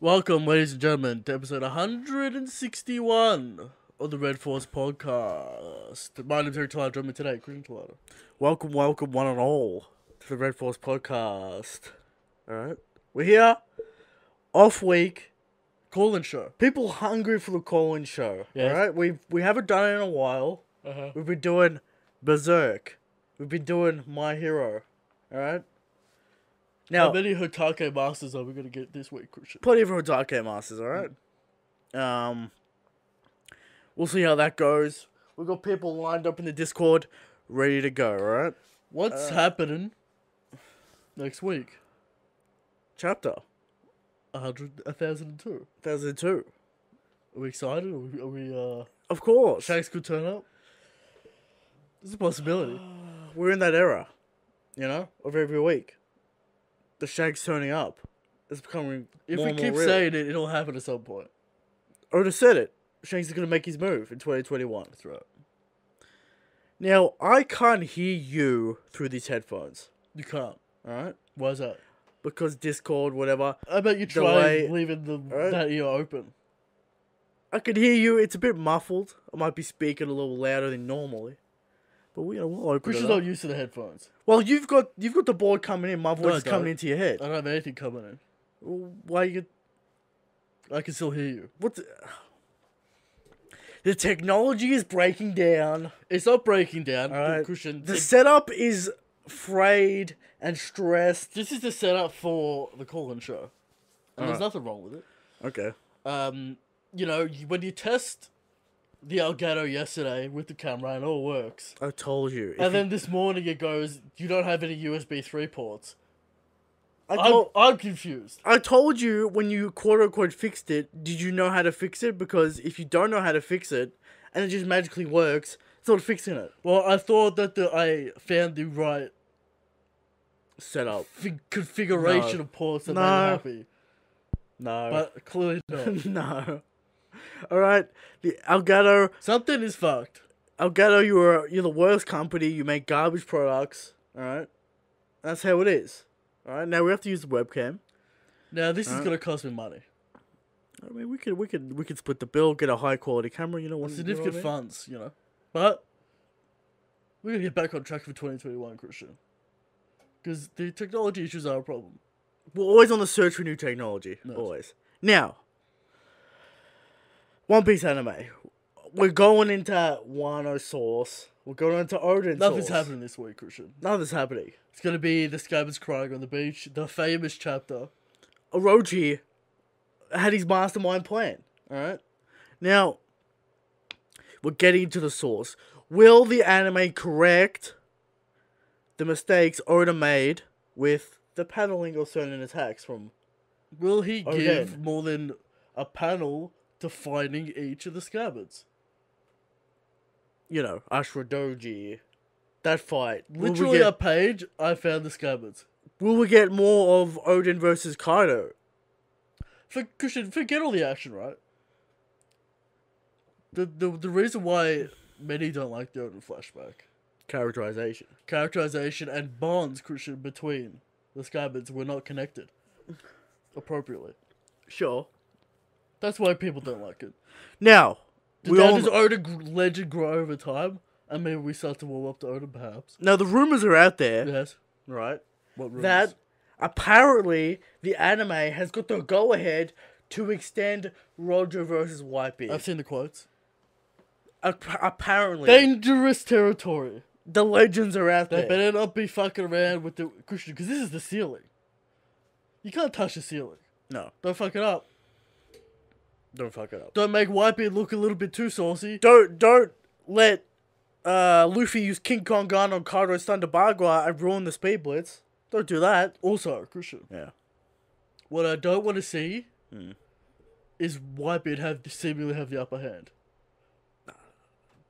Welcome, ladies and gentlemen, to episode 161 of the Red Force Podcast. My name's Eric Talada, joining me today, Christian Talada. Welcome, welcome, one and all, to the Red Force Podcast. Alright, we're here, off week, call-in show. People hungry for the call-in show, Yes. alright? We've, we haven't done it in a while. Uh-huh. We've been doing Berserk. We've been doing My Hero, alright? How Now, many Hotake Masters are we going to get this week, Christian? plenty of Hotake Masters, alright? Mm. Um, we'll see how that goes. We've got people lined up in the Discord, ready to go, Uh, alright? What's happening next week? Chapter 100, 1002. 1002. Are we excited? Are we, are we uh, Of course. Shanks could turn up? There's a possibility. We're in that era, you know, of every week. The Shag's turning up. It's becoming. If more we and more keep real. saying it, it'll happen at some point. Oda said it. Shanks is going to make his move in 2021. That's right. Now, I can't hear you through these headphones, You can't. alright? Why's that? Because Discord, whatever. I bet you Delay. try leaving the, right. that ear open. I can hear you. It's a bit muffled. I might be speaking a little louder than normally, but we will open it Christian's up. not used to the headphones. Well, you've got you've got the board coming in. My voice I is coming don't. Uh, into your head. I don't have anything coming in. Why you? I can still hear you. What? The, the technology is breaking down. It's not breaking down, Alright. Christian. The setup is frayed and stressed. This is the setup for the call-in show, and there's Alright. nothing wrong with it. Okay. Um, you know, you- when you test the Elgato yesterday with the camera and it all works, I told you. If and you- then this morning it goes, you don't have any USB three ports. I, I'm, told, I'm confused. I told you when you quote unquote fixed it. Did you know how to fix it? Because if you don't know how to fix it, and it just magically works, it's not fixing it. Well, I thought that the, I found the right Setup. fi- configuration No. of ports that made No. me happy, No. but clearly not. no. All right, the Elgato, Something is fucked. Elgato, you are you're the worst company. You make garbage products. All right, that's how it is. All right, now we have to use the webcam. Now this is Alright. gonna cost me money, I mean, we could we could we could split the bill, get a high quality camera. You know what? significant you know what I mean? funds, you know. But we're gonna get back on track for 2021, Christian, because the technology issues are a problem. We're always on the search for new technology. Nice. Always. Now, One Piece anime. We're going into Wano Source. We're going into Odin. Nothing's Source. happening this week, Christian. Nothing's happening. It's gonna be the scabbers crying on the beach, the famous chapter. Orochi had his mastermind plan. All right. Now, we're getting to the source. Will the anime correct the mistakes Oda made with the paddling of certain attacks from? Will he Okay. give more than a panel to finding each of the scabbards? You know, Ashura Doji, that fight. Will we, Literally a get, page. I found the scabbards. will we get more of Odin versus Kaido? For Christian, forget all the action, right? The the the reason why many don't like the Odin flashback Characterization. characterization and bonds, Christian, between the scabbards were not connected appropriately. Sure. That's why people don't like it. Now, Did we that all, does Odin gr- legend grow over time? And maybe we start to warm up to Odin, perhaps. now, the rumors are out there, Yes. right? What rumors? that apparently the anime has got the go ahead to extend Roger versus I've Whitebeard. seen the quotes. Ap- apparently, Dangerous territory. the legends are out They there. better not be fucking around with the Christian because this is the ceiling. You can't touch the ceiling. No, Don't fuck it up. don't fuck it up. Don't make Whitebeard look a little bit too saucy. Don't don't let uh, Luffy use King Kong gun on Kaido's Thunder Bagua and ruin the Speed Blitz. Don't do that. Also, Christian, Yeah. what I don't want to see Hmm. is Whitebeard have seemingly have the upper hand.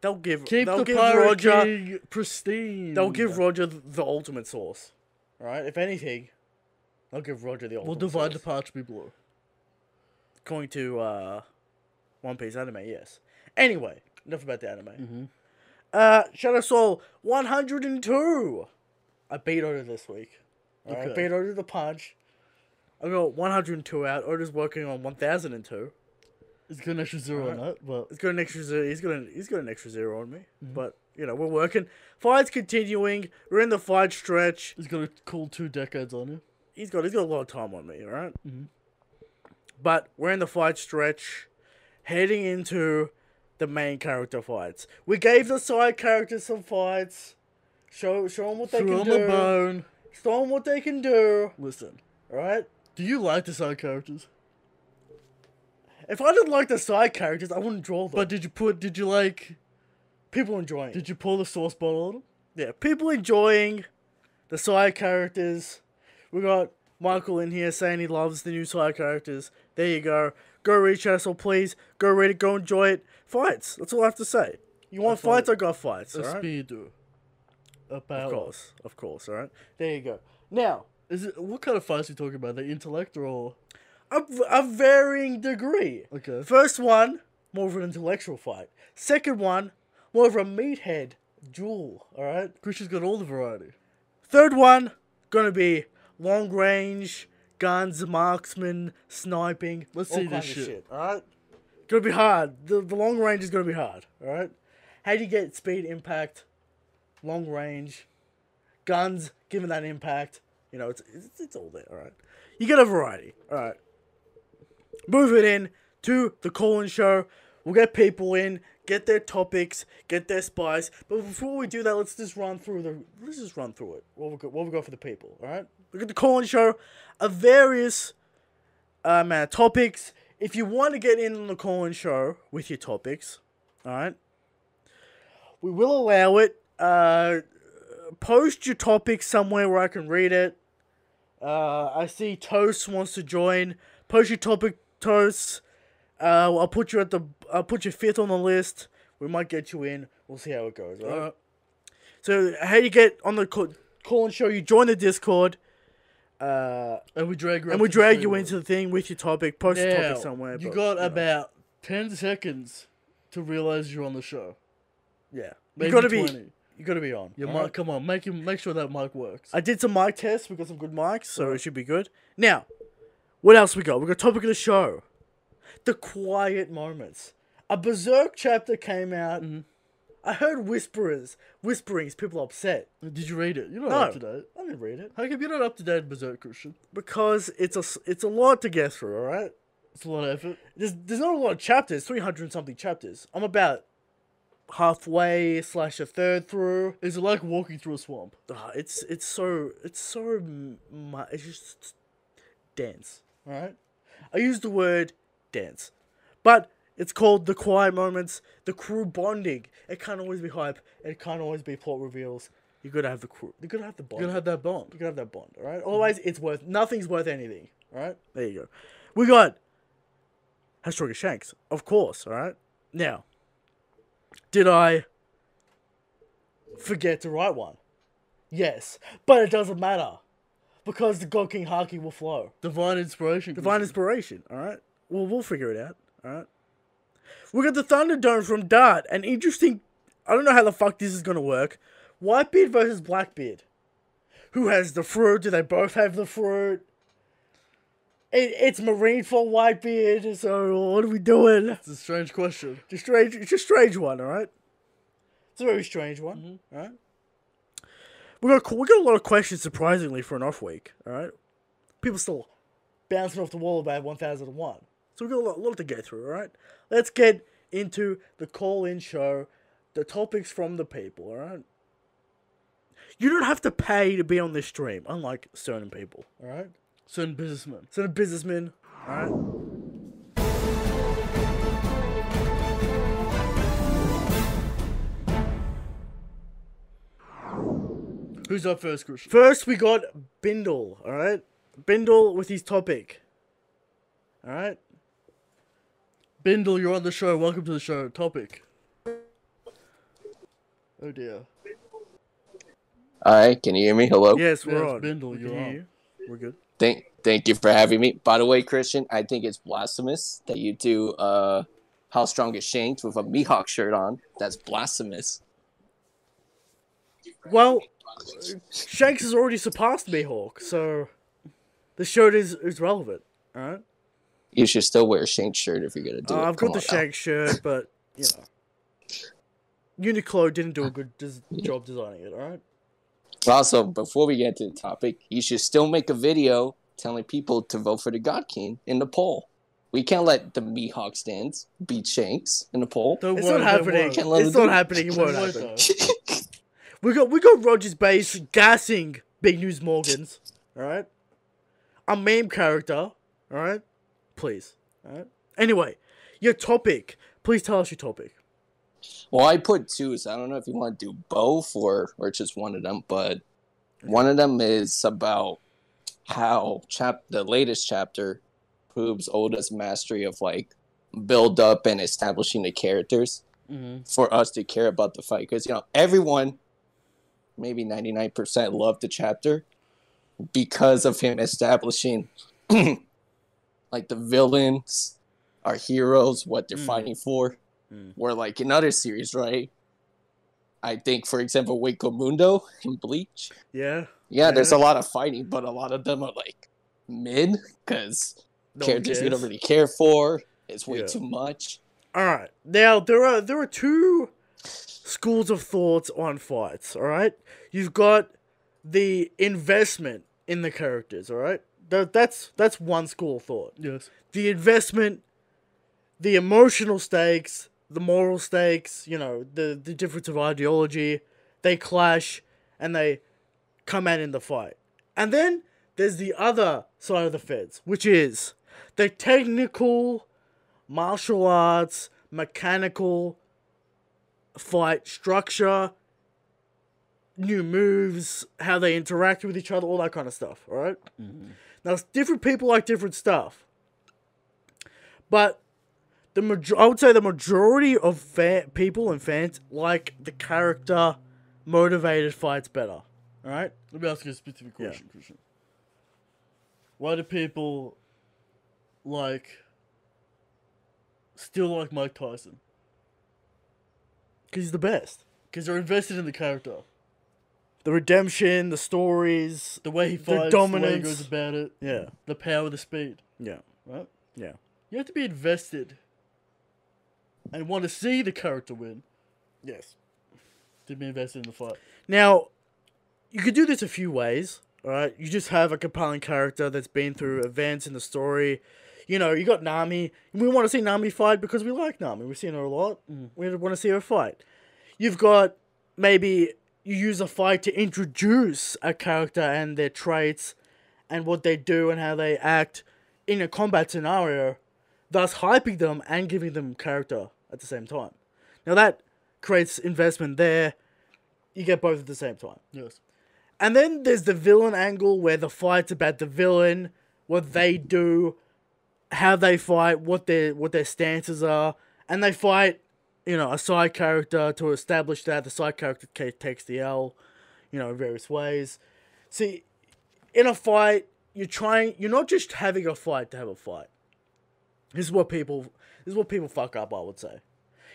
They'll give Keep they'll the give Pirate Roger King pristine. they'll give Roger the ultimate source. Right? If anything, they'll give Roger the ultimate. We'll divide the source. parch be blue. going to uh, One Piece anime, yes. Anyway, enough about the anime. Uh, Shadow Soul 102. I beat Oda this week. Alright, I Okay. beat Oda the punch. I got 102 out. Oda's working on 1,002. It's got an extra zero Alright. on it, but It's got an extra zero. He's got an he's got an extra zero on me. But you know we're working. Fight's continuing. We're in the fight stretch. it's got a cool two decades on you. He's got he's got a lot of time on me. All right? But we're in the fight stretch, heading into the main character fights. We gave the side characters some fights. Show show them what they Throw can him a do. bone. Show them what they can do. Listen, All right. do you like the side characters? If I didn't like the side characters, I wouldn't draw them. But did you put? Did you like? people enjoying. it. Did you pour the sauce bottle on them? yeah, people enjoying the side characters. We got Michael in here saying he loves the new side characters. There you go. Go read Chessel, please. Go read it. Go enjoy it. Fights. That's all I have to say. You want That's all- fights? I got fights. A All right? speedo. A Of barrel. course. Of course. All right. There you go. Now, Is it what kind of fights are you talking about? The intellect or a, a varying degree. okay? First one, more of an intellectual fight. Second one, more of a meathead duel. All right. Christian's got all the variety. Third one, gonna be long range, guns, marksman, sniping. Let's all see this kinds of shit. Alright? Gonna be hard. The, the long range is gonna be hard. Alright? How do you get speed, impact, long range, guns, given that impact? You know, it's, it's, it's all there. Alright? You get a variety. Alright? Move it in to the call in show. We'll get people in, get their topics, get their spice. But before we do that, let's just run through the let's just run through it. What we got, what we got for the people, all right? We got the call in show, a various um, uh, topics. If you want to get in on the call in show with your topics, all right, we will allow it. Uh, post your topic somewhere where I can read it. Uh, I see Toast wants to join. Post your topic, Toast. Uh, I'll put you at the. I'll put you fifth on the list. We might get you in. We'll see how it goes. All right. Alright. So how you get on the call, call and show? You join the Discord. Uh, And we drag her up and we to the drag you speedo. into the thing with your topic. Post your Now, topic somewhere. You but, got know, about ten seconds to realize you're on the show. yeah. Maybe you gotta be. 20. You gotta be on. Your all mic, right? come on, make him make sure that mic works. I did some mic tests. We got some good mics, so it should be good. Now, what else we got? We got topic of the show, the quiet moments. A berserk chapter came out. I heard whisperers, whisperings. People upset. Did you read it? You're not No, up to date. I didn't read it How come you're not up to date, Berserk Christian? because it's a s- it's a lot to get through. All right. It's a lot of effort. there's there's not a lot of chapters, three hundred and something chapters. I'm about halfway slash a third through. Is it like walking through a swamp? Ugh, Ah, it's it's so it's so m- mu- it's just dense. All right, I use the word dense, but it's called the quiet moments, the crew bonding. It can't always be hype. It can't always be plot reveals. You gotta have the crew. You gotta have the bond. You're gonna have that bond. You gotta have that bond, all right? Always, it's worth nothing's worth anything, all right? There you go. We got Hashtag Shanks, of course, all right? Now, did I forget to write one? Yes, but it doesn't matter because the God King Haki will flow. Divine inspiration. Divine inspiration, all right? Well, we'll figure it out, all right? We got the Thunderdome from Dart, an interesting. I don't know how the fuck this is gonna work. Whitebeard versus Blackbeard. Who has the fruit? Do they both have the fruit? It, it's Marine for Whitebeard, so what are we doing? It's a strange question. It's a strange, it's a strange one, all right. It's a very strange one, all right. We got we got a lot of questions, surprisingly, for an off week, all right. People still bouncing off the wall about one thousand and one, so we got a lot, lot to get through, all right. Let's get into the call-in show, the topics from the people, all right. You don't have to pay to be on this stream, unlike certain people, all right. Certain businessman. Certain businessmen, all right. Who's up first, Christian? First, we got Bindle, alright? Bindle with his topic. Alright? Bindle, you're on the show. Welcome to the show. Topic. Oh dear. Hi, can you hear me? Hello. Yes, we're Yes, on. Bindle, We you're can hear on. We're good. Thank thank you for having me. By the way, Christian, I think it's blasphemous that you do uh How Strong is Shanked with a Mihawk shirt on. That's blasphemous. Well, Shanks has already surpassed Mihawk, so The shirt is is relevant. All right. You should still wear a Shank shirt if you're gonna do Uh, it. I've Come got the on now. Shank shirt, but you know, Uniqlo didn't do a good des- job designing it. All right. Also, before we get to the topic, you should still make a video telling people to vote for the God King in the poll. We can't let the Mihawk stands beat Shanks in the poll. Don't It's worry, not don't happening. worry. Can't let It's it not do. happening. It won't Don't worry, happen. though. We got we got Rogers Base gassing Big News Morgans. All right, a meme character. All right, please. All right. Anyway, your topic. Please tell us your topic. Well, I put two, so I don't know if you want to do both or or just one of them, but one of them is about how chap the latest chapter proves Oda's mastery of like build up and establishing the characters for us to care about the fight because you know everyone, maybe ninety nine percent, loved the chapter because of him establishing like the villains, our heroes, what they're Mm. fighting for Mm. where like in other series, right? I think, for example, Waco Mundo in Bleach. Yeah. Yeah, there's a lot of fighting, but a lot of them are like mid because No one characters you don't cares. really care for. It's way Yeah. too much. All right. Now there are there are two schools of thoughts on fights. All right. You've got the investment in the characters. All right. That, that's that's one school of thought. Yes. The investment, the emotional stakes, the moral stakes. You know the the difference of ideology. They clash, and they come out in the fight. And then there's the other side of the fence, which is the technical martial arts, mechanical fight structure, new moves, how they interact with each other, all that kind of stuff, all right? Now, it's different people like different stuff. But the major- I would say the majority of fa- people and fans like the character motivated fights better, all right? Let me ask you a specific Yeah. question, Christian. Why do people like still like Mike Tyson? Because he's the best. Because they're invested in the character, The redemption, the stories, the way he The fights, the, way he dominance. goes about it, yeah, the power, the speed, yeah, right? yeah. You have to be invested and want to see the character win Yes. to be invested in the fight. Now, you could do this a few ways, all right? You just have a compelling character that's been through events in the story. You know, you got Nami. We want to see Nami fight because we like Nami. We've seen her a lot. We want to see her fight. You've got maybe you use a fight to introduce a character and their traits and what they do and how they act in a combat scenario, thus hyping them and giving them character at the same time. Now that creates investment there. You get both at the same time. Yes. And then there's the villain angle where the fight's about the villain, what they do, how they fight, what their what their stances are, and they fight, you know, a side character to establish that the side character ca- takes the L, you know, in various ways. See, in a fight, you're trying. You're not just having a fight to have a fight. This is what people. This is what people fuck up. I would say.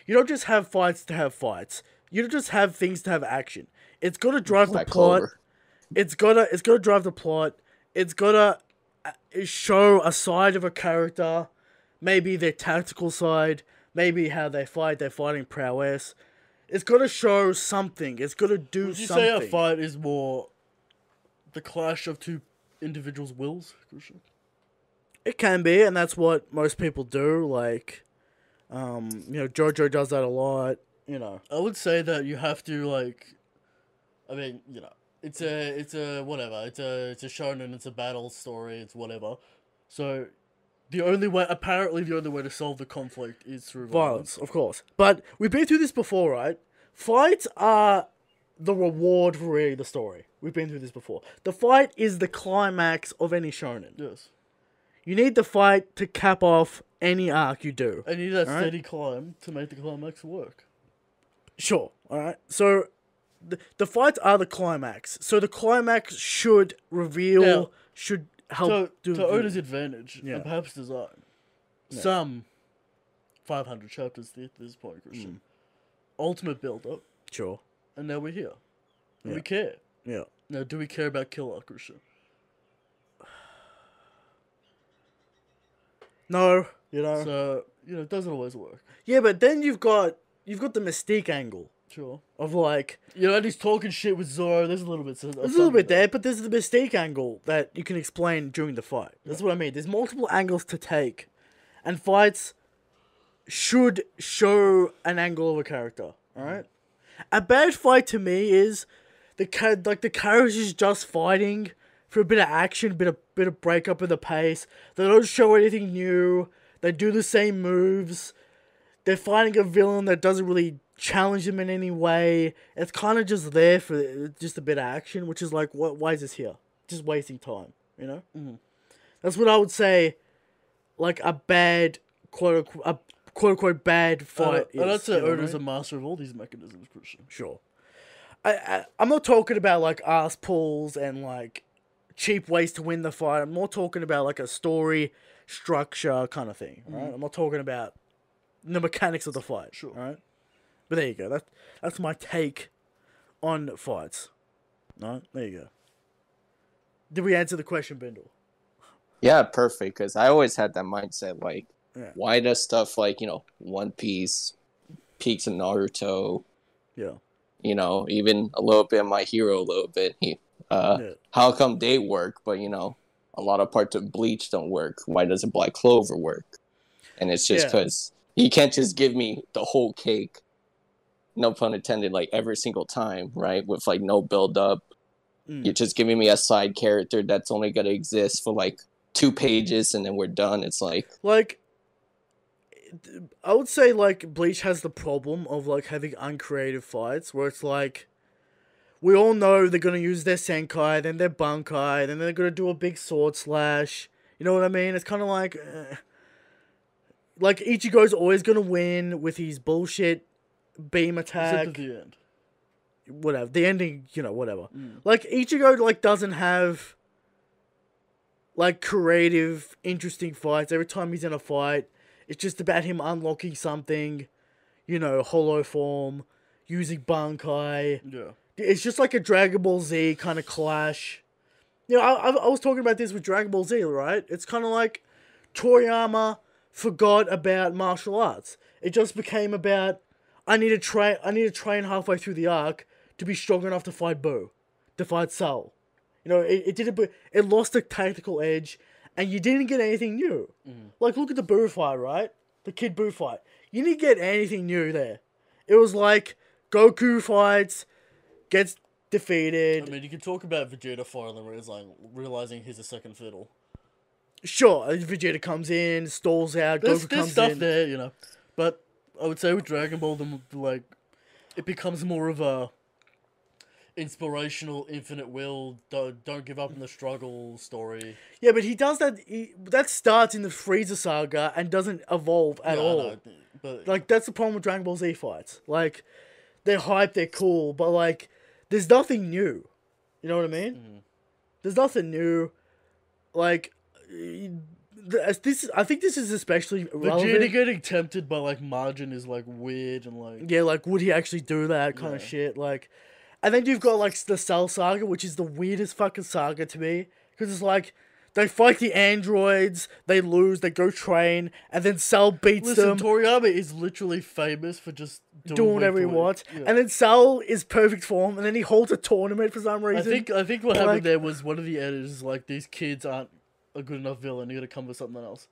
You don't just have fights to have fights. You don't just have things to have action. It's got to drive the Black plot Clover. it's gotta it's gotta drive the plot. It's gotta uh, show a side of a character, maybe their tactical side, maybe how they fight, their fighting prowess. It's gotta show something. It's gotta do Would you something. say a fight is more the clash of two individuals' wills, Christian? It can be, and that's what most people do. Like, um, you know, JoJo does that a lot. You know, I would say that you have to like, I mean, you know, it's a it's a whatever. It's a it's a shonen. It's a battle story. It's whatever. So, the only way apparently the only way to solve the conflict is through violence, of course. But we've been through this before, right? Fights are the reward for reading the story. We've been through this before. The fight is the climax of any shonen. Yes, You need the fight to cap off any arc you do. and you need that Alright. steady climb to make the climax work. Sure, alright? So, the, the fights are the climax. So, the climax should reveal, Now- should So help do to Oda's advantage Yeah. and perhaps design, some five hundred chapters at this point, Christian. Mm. Ultimate build up, Sure. and now we're here. And Yeah. We care. Yeah. Now, do we care about Killer Christian? No, you know. So you know, it doesn't always work. yeah, but then you've got you've got the mystique angle Sure. of like You know, and he's talking shit with Zoro. There's a little bit. There's There's a little bit there, but there's the mistake angle that you can explain during the fight. That's what I mean. There's multiple angles to take, and fights should show an angle of a character. All right. A bad fight to me is the char- like the character's just fighting for a bit of action, bit of bit of break up in the pace. They don't show anything new. They do the same moves. They're fighting a villain that doesn't really challenge them in any way. It's kind of just there for just a bit of action, which is like, what? Why is this here? Just wasting time, you know. Mm-hmm. That's what I would say. Like a bad quote unquote, a quote unquote bad fight. Uh, And I'd is, say you know what I Oda's mean? a master of all these mechanisms, Christian. Sure. I, I I'm not talking about like ass pulls and like cheap ways to win the fight. I'm more talking about like a story structure kind of thing. Right. I'm not talking about the mechanics of the fight. Sure. Right. But there you go. That that's my take on fights. No, there you go. Did we answer the question, Bindle? Yeah, perfect. Because I always had that mindset. Like, Yeah. why does stuff like you know One Piece, peaks in Naruto, Yeah. you know, even a little bit of My Hero, a little bit. He, uh, Yeah. how come they work, but you know, a lot of parts of Bleach don't work. Why doesn't Black Clover work? And it's just Yeah. because you can't just give me the whole cake, no pun intended, like every single time, right? With like no build up. Mm. You're just giving me a side character that's only gonna exist for like two pages and then we're done. It's like like I would say like Bleach has the problem of like having uncreative fights where it's like we all know they're gonna use their Senkai, then their Bankai, then they're gonna do a big sword slash. You know what I mean? It's kind of like eh. like Ichigo's always gonna win with his bullshit beam Except attack at the end. whatever the ending you know whatever Mm. like ichigo like doesn't have like creative interesting fights every time he's in a fight it's just about him unlocking something you know hollow form using bankai Yeah. it's just like a dragon ball z kind of clash you know I, I, I was talking about this with dragon ball z right it's kind of like toriyama forgot about martial arts it just became about I need to train. I need to train halfway through the arc to be strong enough to fight Boo, to fight Sal. You know, it, it didn't. be- It lost the tactical edge, and you didn't get anything new. Like look at the Boo fight, right? The Kid Boo fight. You didn't get anything new there. It was like Goku fights, gets defeated. I mean, you can talk about Vegeta finally realizing, realizing he's a second fiddle. sure, uh, Vegeta comes in, stalls out. There's, Goku there's comes stuff in. there, you know. But I would say with Dragon Ball, the, m- like, it becomes more of a inspirational, infinite will, don't, don't give up in the struggle story. Yeah, but he does that. He, that starts in the Frieza saga and doesn't evolve at Yeah, I all. know, but Like that's the problem with Dragon Ball Z fights. Like they're hype, they're cool, but like there's nothing new. You know what I mean? Mm. There's nothing new. Like y- th- as this, I think this is especially Vegeta relevant. getting tempted by like margin is like weird and like Yeah, like would he actually do that kind of Yeah. shit? Like, and then you've got like the Cell Saga, which is the weirdest fucking saga to me because it's like. They fight the androids, they lose, they go train, and then Cell beats Listen, them. Toriyama is literally famous for just doing, doing whatever whatever he wants. Yeah. And then Sal is perfect form, and then he holds a tournament for some I reason. think I think what happened like- there was one of the editors is like these kids aren't a good enough villain. You got to come with something else.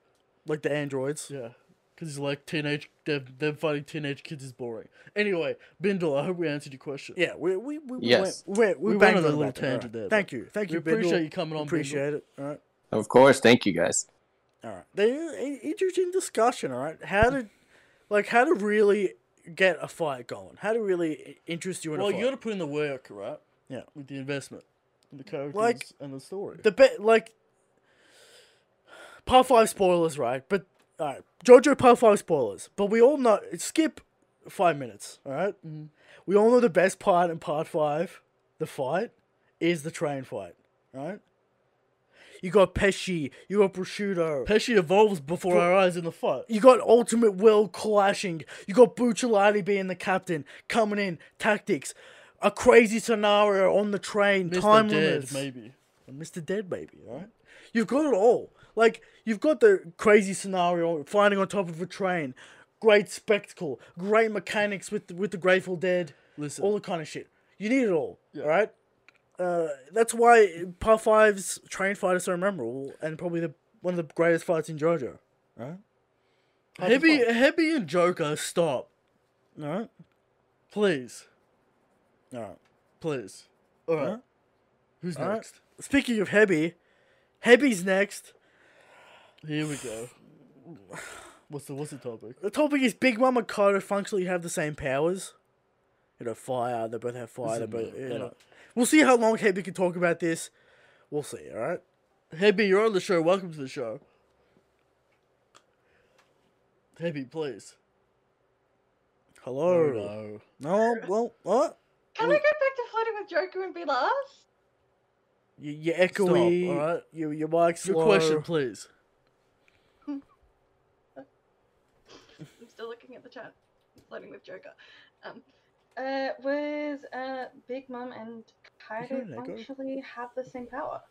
like the androids. Yeah, because he's like teenage. Them them fighting teenage kids is boring. Anyway, Bindle, I hope we answered your question. Yeah, we we we Yes. we went, we, we, We went banged on a on little that there. tangent Alright. there, but Thank you, thank we you. appreciate Bindle. you coming on, Appreciate it. All right. Of course, thank you guys. All right. They i- interesting discussion. All right. How to like how to really get a fight going? How to really i- interest you in Well, a you fight? got to put in the work, right? Yeah. With the investment, and the characters, Like- and the story. the bit like part five spoilers, right? But all right, JoJo part five spoilers. But we all know skip five minutes. All right? we all know the best part in part five, the fight, is the train fight. all Right? You got Pesci, you got Prosciutto, Pesci evolves before our eyes in the fight. you got Ultimate Will clashing. You got Bucciarati being the captain, coming in, tactics, a crazy scenario on the train, Mr. time Dead, limits. maybe. Mr. Dead Baby, right? You've got it all. Like you've got the crazy scenario flying on top of a train, great spectacle, great mechanics with the, with the Grateful Dead, Listen. all the kind of shit. You need it all, all right? Uh, that's why Part Five's train fight is so memorable and probably the one of the greatest fights in JoJo. Heavy, Heavy and Joker, stop. All right, Please. all right. Please. Alright. Huh? Who's Alright. next? Speaking of Hebby, Hebby's next. Here we go. What's the what's the topic? The topic is Big Mom and Koda functionally have the same powers. You know, fire. They both have fire. They Listen, both. man, You get know. up. We'll see how long Hebby can talk about this. We'll see. All right. Hebby, you're on the show. Welcome to the show. Hebby, please. Hello. Oh no. No. Well, what? Can I go back to flirting with Joker and be last? You, you're echoey. all right? You, your mic's Your low. question, please. I'm still looking at the chat. Flirting with Joker. Um, uh, was uh, Big Mum and hear Kaido an echo? actually have the same power?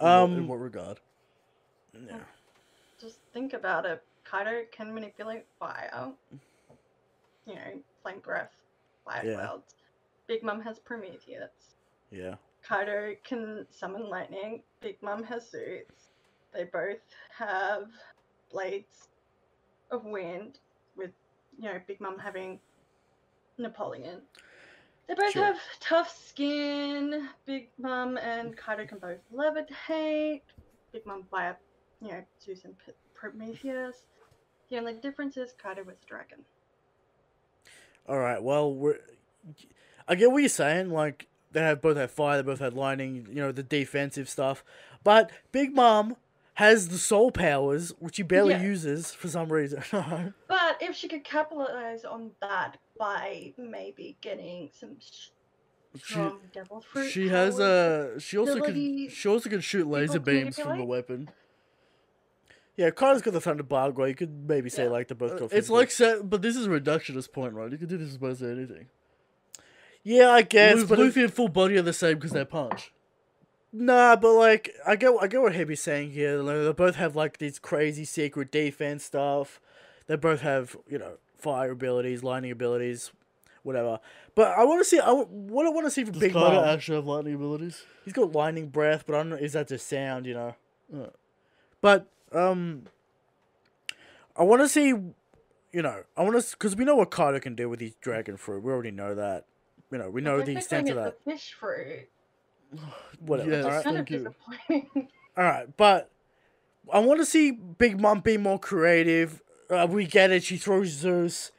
In what- Um, in what regard? Just think about it. Kaido can manipulate fire. You know, flame breath, fire Yeah. clouds. Big Mum has Prometheus. Yeah. Kaido can summon lightning. Big Mom has suits. They both have blades of wind, with you know Big Mom having Napoleon. They both Sure. have tough skin. Big Mom and Kaido can both levitate. Big Mom via you know Zeus and P- Prometheus. The only difference is Kaido was a dragon. All right. Well, we're. I get what you're saying. Like they have both have fire. They both had lightning. You know the defensive stuff, but Big Mom has the soul powers, which he barely Yeah. uses for some reason. But if she could capitalize on that by maybe getting some sh- She- strong devil fruit, She has powers, a. She also can. ability She also can shoot laser can beams from a manipulate? weapon. yeah, Kaido's got the thunder barb. Well, you could maybe say Yeah. like they both Uh, got. It's physical- like, sa- but this is a reductionist point, right? You can do this as well as anything. yeah, I guess, Lu- but it- Luffy and Full Body are the same because they punch. Nah, but like I get I get what Hebe's saying here. Like, they both have like these crazy secret defense stuff. They both have you know fire abilities, lightning abilities, whatever. But I want to see I, w- what I want to see from Does Big Kaido Mom. actually have lightning abilities? He's got lightning breath, but I don't know is that just sound, you know? Yeah. But um, I want to see, you know, I want to because we know what Kaido can do with his dragon fruit. We already know that. You know, we but know the they're extent of calling that. it The fish fruit. Whatever. Yes. All right. It's kind of thank you. disappointing. All right, but I want to see Big Mom be more creative. Uh, we get it. She throws Zeus.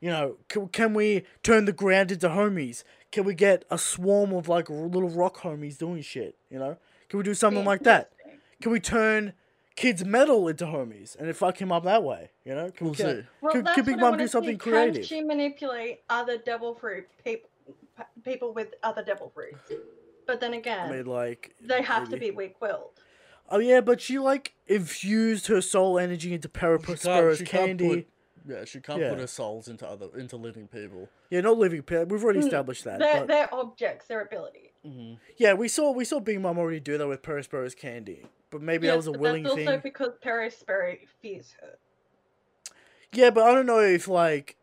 You know, can, can we turn the ground into homies? Can we get a swarm of like r- little rock homies doing shit? You know, can we do something like that? Interesting. Can we turn kids metal into homies and then fuck him up that way? You know, can We'll we get- see. Well, could- could that's Big what I Mom wanna do something see. Can creative? she manipulate other devil fruit people, people with other devil fruits? But then again, I mean, like they have maybe. to be weak-willed. Oh yeah, but she like infused her soul energy into She can't- Paraprospera's she can't candy. put- Yeah, she can't Yeah. put her souls into other into living people. Yeah, not living. pa- We've already Mm, established that. They're, but- they're objects, their ability. Yeah, we saw we saw Big Mom already do that with Perispero's candy, but maybe that was a but willing that's thing. also because Perisperi fears her. Yeah, but I don't know if like,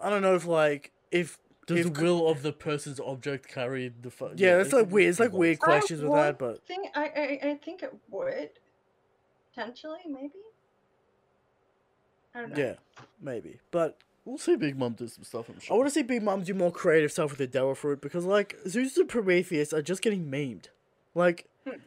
I don't know if like if Does if- the will of the person's object carry the? Fu- yeah, that's it like can- weird. It's like well, weird I questions with that, but want thing, I, I I think it would potentially maybe. I don't know. yeah, maybe. But We'll see. Big Mom do some stuff. I'm I sure. want to see Big Mom do more creative stuff with the Devil Fruit because like Zeus and Prometheus are just getting memed, like Hmm.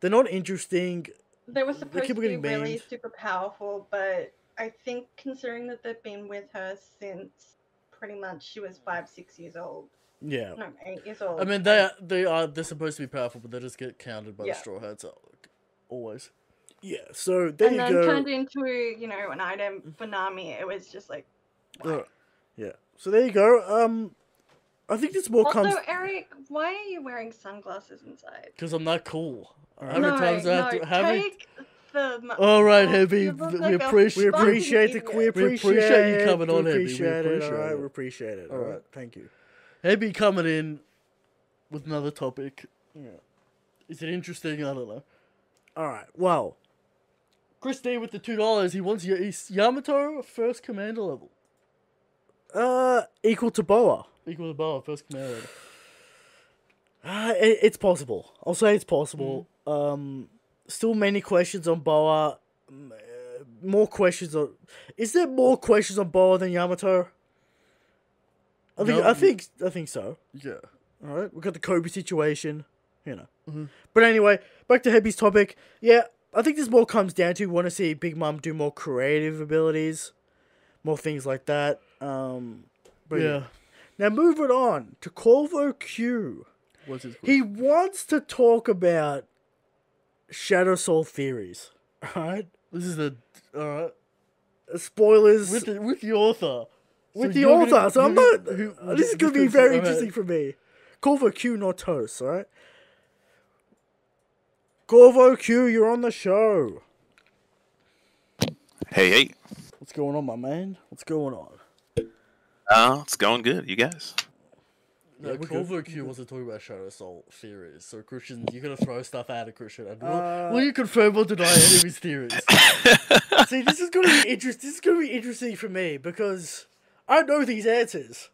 they're not interesting. They were They supposed keep to be getting really banned. super powerful, but I think considering that they've been with her since pretty much she was five, six years old. Yeah, No, eight years old. I mean, they are, they are they're supposed to be powerful, but they just get countered by Yeah. the Straw Hats uh, like, always. yeah. So there and you then go. Mm. turned into, you know, an item for Nami. It was just like why? Uh, yeah. So there you go. Um, I think this more Also, comes. Eric, why are you wearing sunglasses inside? Because I'm not cool. All How many no, times I no, have to- how many- take the mo- All right, Oh, Heavy. you look th- We like a We appreciate. fucking appreciate the idiot. we We appreciate, appreciate you it, coming we on, Heavy, we Appreciate it. All appreciate right, it. we appreciate it. All All right, right. thank you. Heavy coming in with another topic. Is it interesting? I don't know. All right. Well, Chris D with the two dollars. He wants Ya- he's Yamato first commander level. Uh, equal to Boa. Equal to Boa first commander level. Uh, it, it's possible. I'll say it's possible. Mm-hmm. Um, still many questions on Boa. M- uh, More questions on. Is there more questions on Boa than Yamato? I think. No. I think. I think so. Yeah. All right, we've got the Kobe situation, you know. But anyway, back to Hebe's topic. Yeah, I think this more comes down to we want to see Big Mom do more creative abilities, more things like that. Um, but yeah. Yeah. Now moving on to Corvo Q. What's his? He wants to talk about Shadow Soul theories. All right, This is the all right spoilers with the, with the author. with So the you're author. gonna- so I'm you're not. gonna- who- this is going to be because- very alright. interesting for me. Corvo Q, not toast. All right. Corvo Q, you're on the show. Hey, hey. What's going on, my man? What's going on? Uh, it's going good, you guys. No, Yeah, we're good. Corvo Q wasn't talking about Shadow Soul theories. So Christian, you're gonna throw stuff out at Christian. And will, Uh, will you confirm or deny any of his theories? See, this is going to be interesting. This is going to be interesting for me because I know these answers.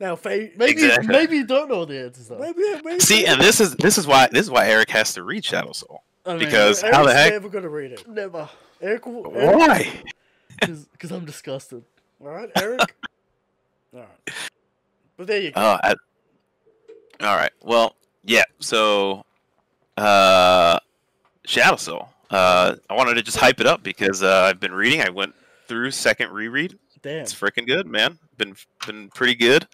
Now, fa- Maybe Exactly. maybe you don't know the answers though. maybe, maybe See, and this is this is why this is why Eric has to read Shadow Soul. I mean, Because Eric's how the heck? never going to read it. never, Eric, will- Eric Why? because I'm disgusted. all right, Eric. all right. But there you go. Oh, I, all right. Well, yeah. So, uh, Shadow Soul. Uh, I wanted to just hype it up because uh, I've been reading. I went through second reread. Damn. It's freaking good, man. Been been pretty good,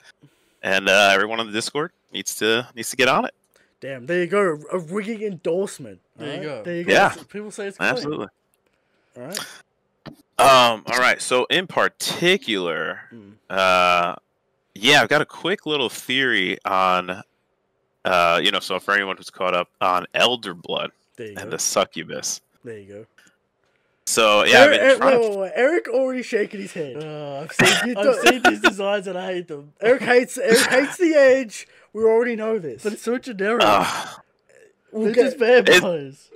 and uh, everyone on the Discord needs to needs to get on it. Damn, there you go. A rigging endorsement. There you alright? go. There you go. Yeah. People say it's clean. Absolutely. All right. Um. All right. So in particular, Mm. uh, yeah, I've got a quick little theory on, uh, you know, so for anyone who's caught up on Elder Blood There you and go. the succubus. There you go. So yeah, I've Eric, been Eric, trying- uh, wait, wait, wait. Eric already shaking his head. Uh, I've seen, You I've don't- seen these designs and I hate them. Eric hates Eric hates the edge. We already know this. But it's so generic. Ugh. we'll They're get, just vampires.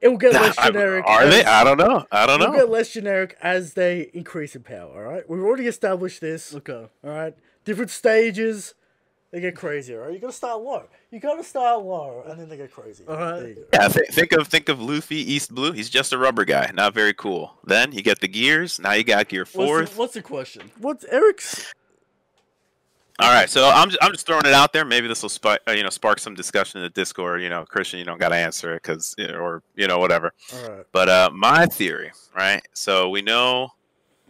it will get Nah, less I'm- generic. are as, they? I don't know. I don't It'll know. get less generic as they increase in power. All right. We've already established this. Okay. All right. Different stages. They get crazy. All right. You gotta start low. You gotta start low, and then they get crazy. All right. There you go. Yeah, th- think of think of Luffy East Blue. He's just a rubber guy, not very cool. Then you get the gears. Now you got gear What's the, fourth. what's the question? What's Eric's? All right, so I'm just, I'm just throwing it out there. Maybe this will spark you know spark some discussion in the Discord. You know, Christian, you don't got to answer it because or you know whatever. All right. But uh, my theory, right? So we know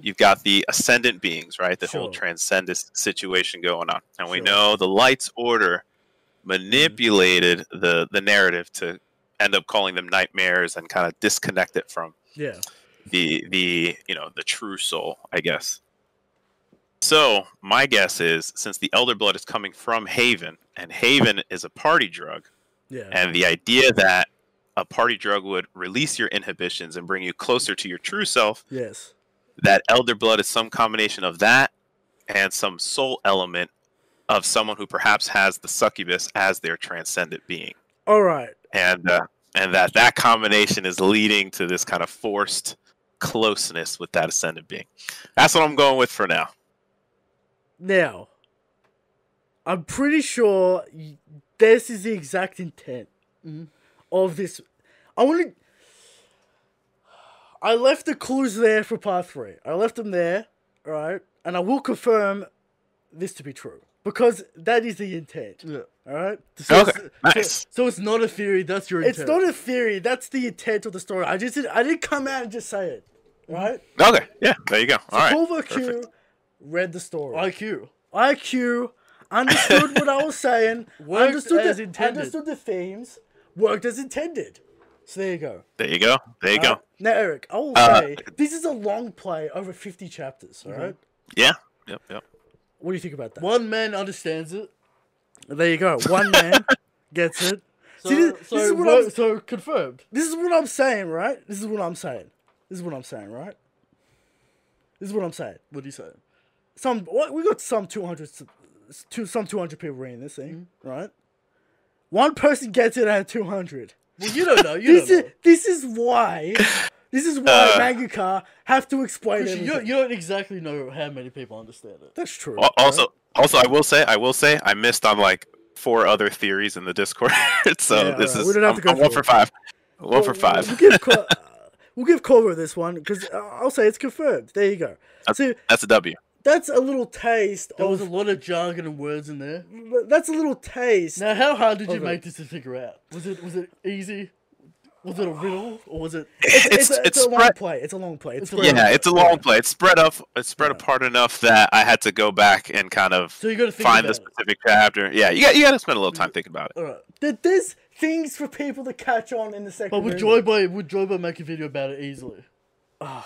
you've got the ascendant beings, right? The whole Sure. transcendent situation going on, and we Sure. Mm-hmm. know the Lights Order manipulated the the narrative to end up calling them nightmares and kind of disconnect it from Yeah. the the you know the true soul, I guess. So my guess is since the elder blood is coming from Haven, and Haven is a party drug, Yeah. and the idea that a party drug would release your inhibitions and bring you closer to your true self, yes. that elder blood is some combination of that and some soul element of someone who perhaps has the succubus as their transcendent being, All right. and uh, and that that combination is leading to this kind of forced closeness with that ascendant being. That's what I'm going with for now. Now, I'm pretty sure y- this is the exact intent Mhm. of this. I want to. I left the clues there for part three. I left them there, right? And I will confirm this to be true because that is the intent. Yeah. All right. So Okay, it's- nice. So, so it's not a theory. That's your. It's intent. not a theory. That's the intent of the story. I just I didn't come out and just say it, Mm-hmm. right? Okay, yeah, there you go. All right, Culver perfect. Q read the story. IQ. IQ, understood what I was saying, Worked understood, as the, intended. understood the themes, worked as intended. So there you go. There you go. There you go. Alright. Now, Eric, I will Uh, say this is a long play over 50 chapters, all right? Mm-hmm. Yeah. Yep. Yep. What do you think about that? One man understands it. There you go. One man gets it. So, See, this, so, this is what wo- I'm, so confirmed. this is what I'm saying, right? This is what I'm saying. This is what I'm saying, right? This is what I'm saying. What do you say? some what we got some 200 s- s- two some 200 people reading this thing Mm-hmm. right one person gets it out of 200 Well, you don't know. You this don't is know. this is why This is why Uh, mangaka have to explain Christian, you, everything. you don't exactly know how many people understand it. That's true. Al- Also, also, I will say, I will say, I missed on like four other theories in the Discord. so Yeah, alright, this is we don't have I'm, to go I'm one through for it. five. One Well, for We'll five. give, Cor- uh, we'll give Corvo this one because I'll say it's confirmed. There you go. Uh, So That's a W. that's a little taste There was a of. lot of jargon and words in there. That's a little taste. Now, how hard did you Okay. make this to figure out? Was it was it easy? Was it a riddle or was it? It's it's, a, a long spread. play. It's a long play. It's It's a spread long Yeah, out. it's a long play. It's spread up. It's spread apart enough that I had to go back and kind of So you got to think find the about it. specific chapter. Yeah, you got you got to spend a little time thinking about it. All right, There- There's things for people to catch on in the second. but would movie. Joyboy would Joyboy make a video about it easily? or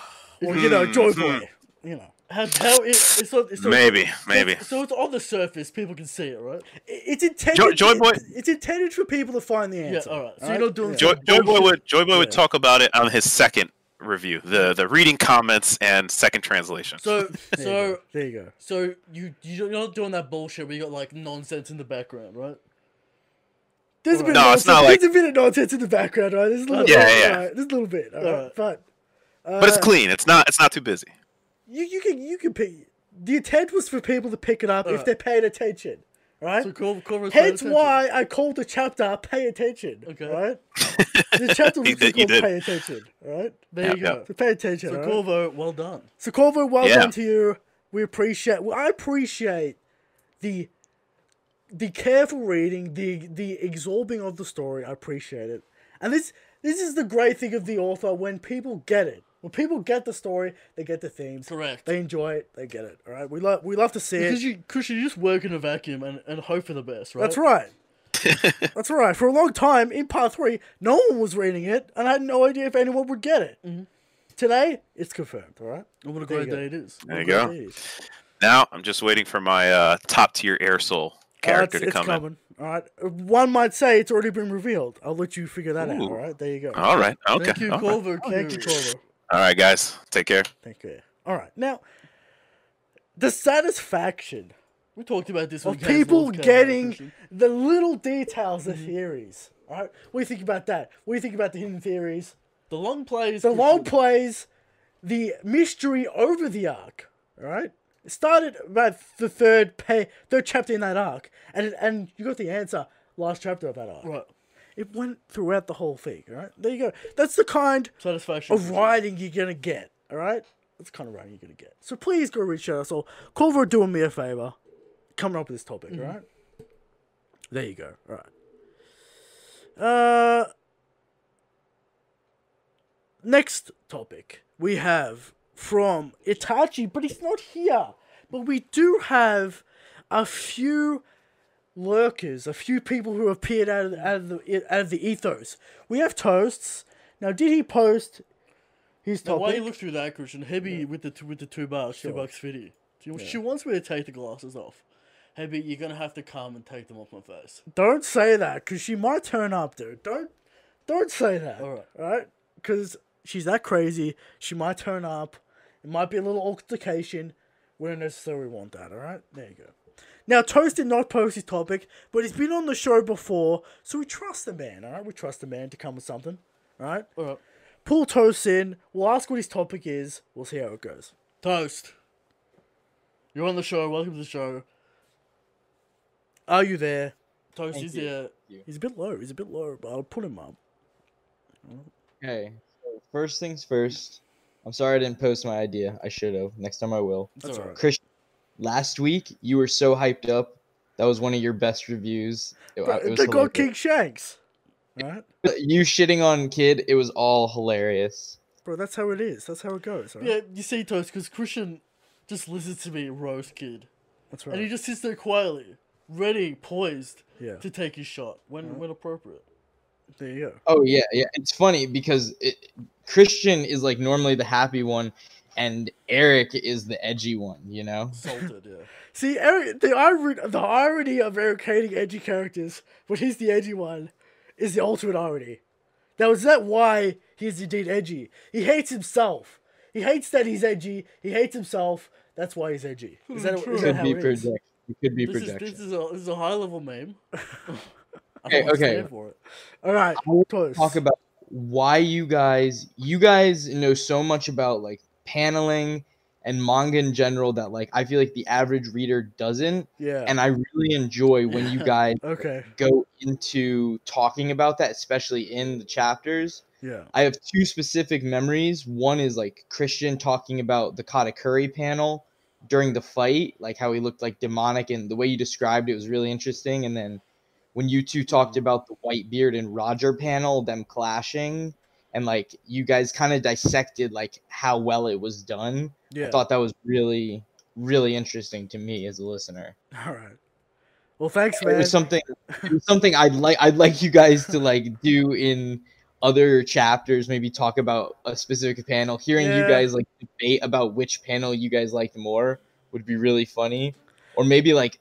you know, Hmm, Joy hmm. Boy, you know, How, how it, it's not it's not, Maybe, maybe. So it's on the surface, people can see it, right? It- it's intended. Joy Boy- It's, it's intended for people to find the answer. all right. So you're not doing Yeah. Joy, Joy Boy Bullshit. would Joy Boy would Yeah. talk about it on his second review, the the reading comments and second translation. So There you so go. there you go. so you you're not doing that bullshit where you got like nonsense in the background, right? There's a bit. No, of it's nonsense- not like- there's a bit of nonsense in the background, right? There's a little. Yeah, bit, yeah. Right? There's a little bit. All right? Alright. But but uh, it's clean. It's not it's not too busy. you you can you can pick. The intent was for people to pick it up if Alright. they're paying attention, right? So Cor- Corvus paid Hence attention. why I called the chapter "Pay Attention." Okay. Right. The chapter was You called did- you did. "Pay Attention." Right. There you Yeah, go. So pay attention. So alright? Corvo, well done. So Corvo, well Yeah. done to you. We appreciate. Well, I appreciate the the careful reading, the the absorbing of the story. I appreciate it. And this this is the great thing of the author when people get it. When people get the story, they get the themes. Correct. They enjoy it. They get it. All right. We love we love to see it. Because you, Christian, you just work in a vacuum and, and hope for the best, right? That's right. That's right. For a long time in part three, no one was reading it, and I had no idea if anyone would get it. Mm-hmm. Today, it's confirmed. All right. And what a There you great go. day it is. There you Great go. news. Now I'm just waiting for my uh, top tier air Oh, soul character it's, to come it's coming. All right. One might say it's already been revealed. I'll let you figure that out. Ooh. Oh. All right. There you go. in. All right. Okay. Thank you, all right. Corvo. Oh, Thank you, Curious. Corvo. all right, guys. Take care. Thank you. All right. Now, the satisfaction We talked about this of on Games people World Cup, getting Christian. the little details of theories. All right. What do you think about that? What do you think about the hidden theories? the long plays. The long Christian. plays, the mystery over the arc. All right. It started about the third pay, third chapter in that arc, and and you got the answer last chapter of that arc. Right. It went throughout the whole thing, all right? There you go. That's the kind Satisfaction. of writing you're going to get, all right? That's the kind of writing you're going to get. So please go reach out. So Corvo doing me a favor, coming up with this topic, all right? There you go, all right. Uh, next topic we have from Itachi, but he's not here. But we do have a few lurkers, a few people who appeared out of the, out of the out of the ethos. We have toasts. Now, did he post his Now, while you topic? look through that, Christian, Hebby with the two, with the two bucks, two bucks fifty. She, she wants me to take the glasses off. Hebby, you're gonna have to come and take them off my face. Don't say that, because she might turn up, dude. Don't don't say that. All right. all right, because she's that crazy. She might turn up. It might be a little altercation. We don't necessarily want that. All right, there you go. Now, Toast did not post his topic, but he's been on the show before, so we trust the man. All right, we trust the man to come with something. All right. All right. pull Toast in. We'll ask what his topic is. We'll see how it goes. Toast. You're on the show. Welcome to the show. Are you there? Toast Thank is you. there. He's a bit low. He's a bit low, but I'll put him up. Okay. So first things first. I'm sorry I didn't post my idea. I should have. Next time I will. That's all right. Christian, last week you were so hyped up. That was one of your best reviews. It, Bro, it was they got King hilarious. Shanks. All right. You shitting on kid. It was all hilarious. Bro, that's how it is. That's how it goes. all right? Yeah, you see, Toast, because Christian just listens to me roast kid, That's and he right. just sits there quietly, ready, poised Yeah. to take his shot when when appropriate. There you go. Oh yeah, yeah. It's funny because it, Christian is like normally the happy one, and Eric is the edgy one. You know. Salted, yeah. See, Eric, the irony, the irony of Eric hating edgy characters, but he's the edgy one, is the ultimate irony. Now, is that why he's indeed edgy? He hates himself. He hates that he's edgy. He hates himself. That's why he's edgy. Is Hmm, that, is that Could how be it is? projection. It could be This is, projection. this is a this is a high level meme. I Okay, don't wanna okay. stand For it. All right, will close. Talk about why you guys you guys know so much about like paneling and manga in general that like I feel like the average reader doesn't Yeah. and I really enjoy when you guys okay. go into talking about that especially in the chapters Yeah. I have two specific memories. One is like Christian talking about the Katakuri panel during the fight, like how he looked like demonic, and the way you described it was really interesting. And then when you two talked about the white beard and Roger panel, them clashing, and like you guys kind of dissected like how well it was done. Yeah. I thought that was really, really interesting to me as a listener. All right. Well, thanks, It man. was something it was something I'd like I'd like you guys to like do in other chapters, maybe talk about a specific panel. Hearing Yeah. you guys like debate about which panel you guys liked more would be really funny. Or maybe like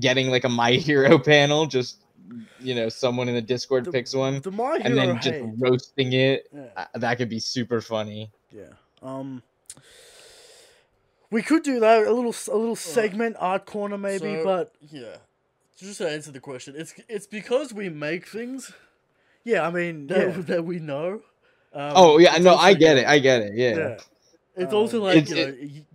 getting like a My Hero panel, just you know, someone in the Discord The- picks one the My and Hero then just hate. roasting it. Yeah. Uh, That could be super funny. Yeah. Um. We could do that a little s- a little segment art corner maybe, So- but Yeah. Just to answer the question, it's it's because we make things yeah, I mean, that, yeah. that we know. Um, Oh yeah, it's no, also I get good- it. I get it. Yeah. yeah. It's Um, also like It's- you, know, y-